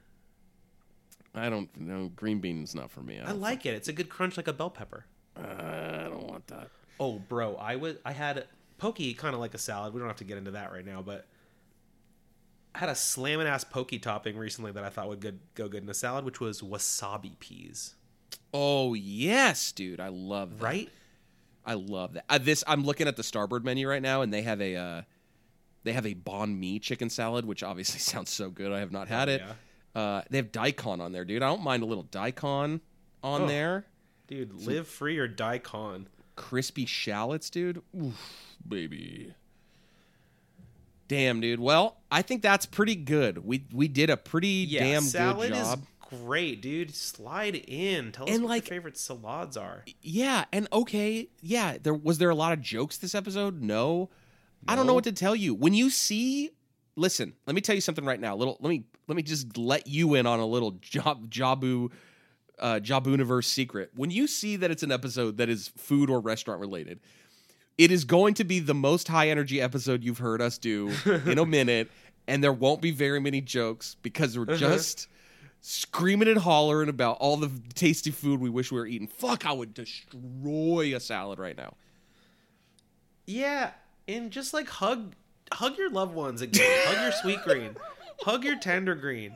A: I don't know. Green bean's not for me. I,
B: I
A: don't- uh,
B: like it. It's a good crunch like a bell pepper.
A: I don't want that.
B: Oh, bro, I was I had pokey kind of like a salad. We don't have to get into that right now, but I had a slamming ass pokey topping recently that I thought would good, go good in a salad, which was wasabi peas.
A: Oh yes, dude, I love that.
B: Right?
A: I love that. Uh, this I'm looking at the Starboard menu right now, and they have a uh, they have a banh mi chicken salad, which obviously sounds so good. I have not had it. Uh, they have daikon on there, dude. I don't mind a little daikon on
B: Oh.
A: there.
B: Dude, live free or die con.
A: Crispy shallots, dude. Oof, baby. Damn, dude. Well, I think that's pretty good. We we did a pretty damn
B: salad
A: good job.
B: is great, dude. Slide in. Tell us
A: And,
B: what
A: like-
B: your favorite salads are.
A: Yeah, and okay, yeah, there was there a lot of jokes this episode? No. I don't know
B: No.
A: what to tell you. When you see listen, let me tell you something right now. Little let me let me just let you in on a little job jabu uh Jabuniverse secret. When you see that it's an episode that is food or restaurant related, it is going to be the most high energy episode you've heard us do in a minute, and there won't be very many jokes because we're
B: Uh-huh.
A: just screaming and hollering about all the tasty food we wish we were eating. Fuck, I would destroy a salad right now.
B: Yeah, and just like hug hug your loved ones again. hug your sweet green. Hug your tender green.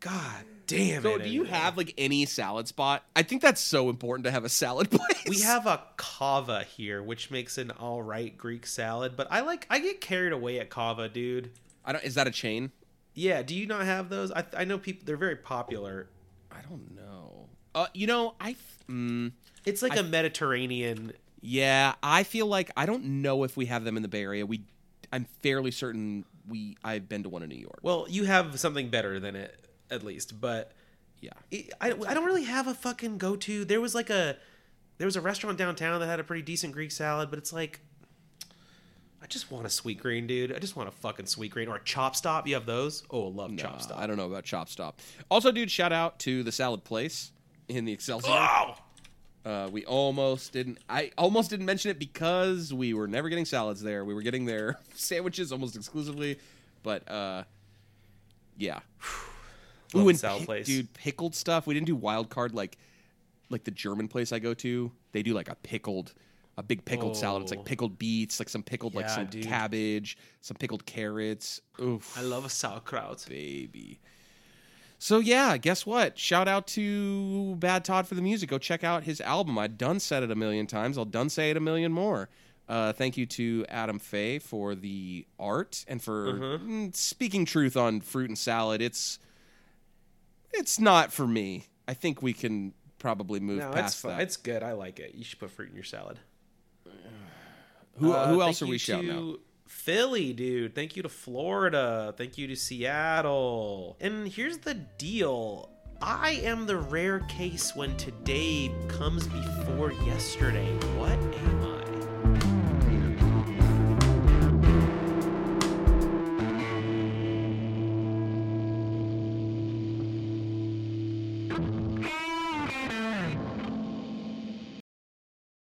B: God damn
A: So,
B: it.
A: do you
B: Andrew.
A: have like any salad spot? I think that's so important to have a salad place.
B: We have a kava here, which makes an all right Greek salad. But I like I get carried away at kava, dude.
A: I don't. Is that a chain?
B: Yeah, do you not have those? I, I know people; they're very popular.
A: I don't know. Uh, you know, I. Mm,
B: It's like a Mediterranean.
A: Yeah, I feel like I don't know if we have them in the Bay Area. We, I'm fairly certain we. I've been to one in New York.
B: Well, you have something better than it, at least. But
A: Yeah.
B: it, I I don't really have a fucking go to. There was like a there was a restaurant downtown that had a pretty decent Greek salad, but it's like I just want a sweet green, dude. I just want a fucking sweet green or a chop stop. You have those? Oh, I love
A: Nah,
B: chop stop.
A: I don't know about Chop Stop. Also, dude, shout out to the Salad Place in the Excelsior.
B: Oh,
A: Uh, we almost didn't. I almost didn't mention it because we were never getting salads there. We were getting their sandwiches almost exclusively, but uh, yeah.
B: Love the
A: and
B: salad
A: pic-
B: place.
A: dude, pickled stuff. We didn't do wild card like like the German place I go to. They do like a pickled, a big pickled salad. It's
B: Oh.
A: like pickled beets, like some pickled like
B: Yeah,
A: some
B: dude.
A: cabbage, some pickled carrots. Oof,
B: I love a sauerkraut.
A: baby. So yeah, guess what? Shout out to Bad Todd for the music. Go check out his album. I've done said it a million times. I'll done say it a million more. Uh, thank you to Adam Fay for the art and for
B: Mm-hmm.
A: mm, speaking truth on fruit and salad. It's it's not for me. I think we can probably move
B: No, it's
A: past
B: fine.
A: that.
B: It's good. I like it. You should put fruit in your salad.
A: Who,
B: Uh,
A: who
B: thank
A: else are
B: you
A: we shouting out?
B: to Philly, dude. Thank you to Florida. Thank you to Seattle. And here's the deal. I am the rare case when today comes before yesterday. What am I?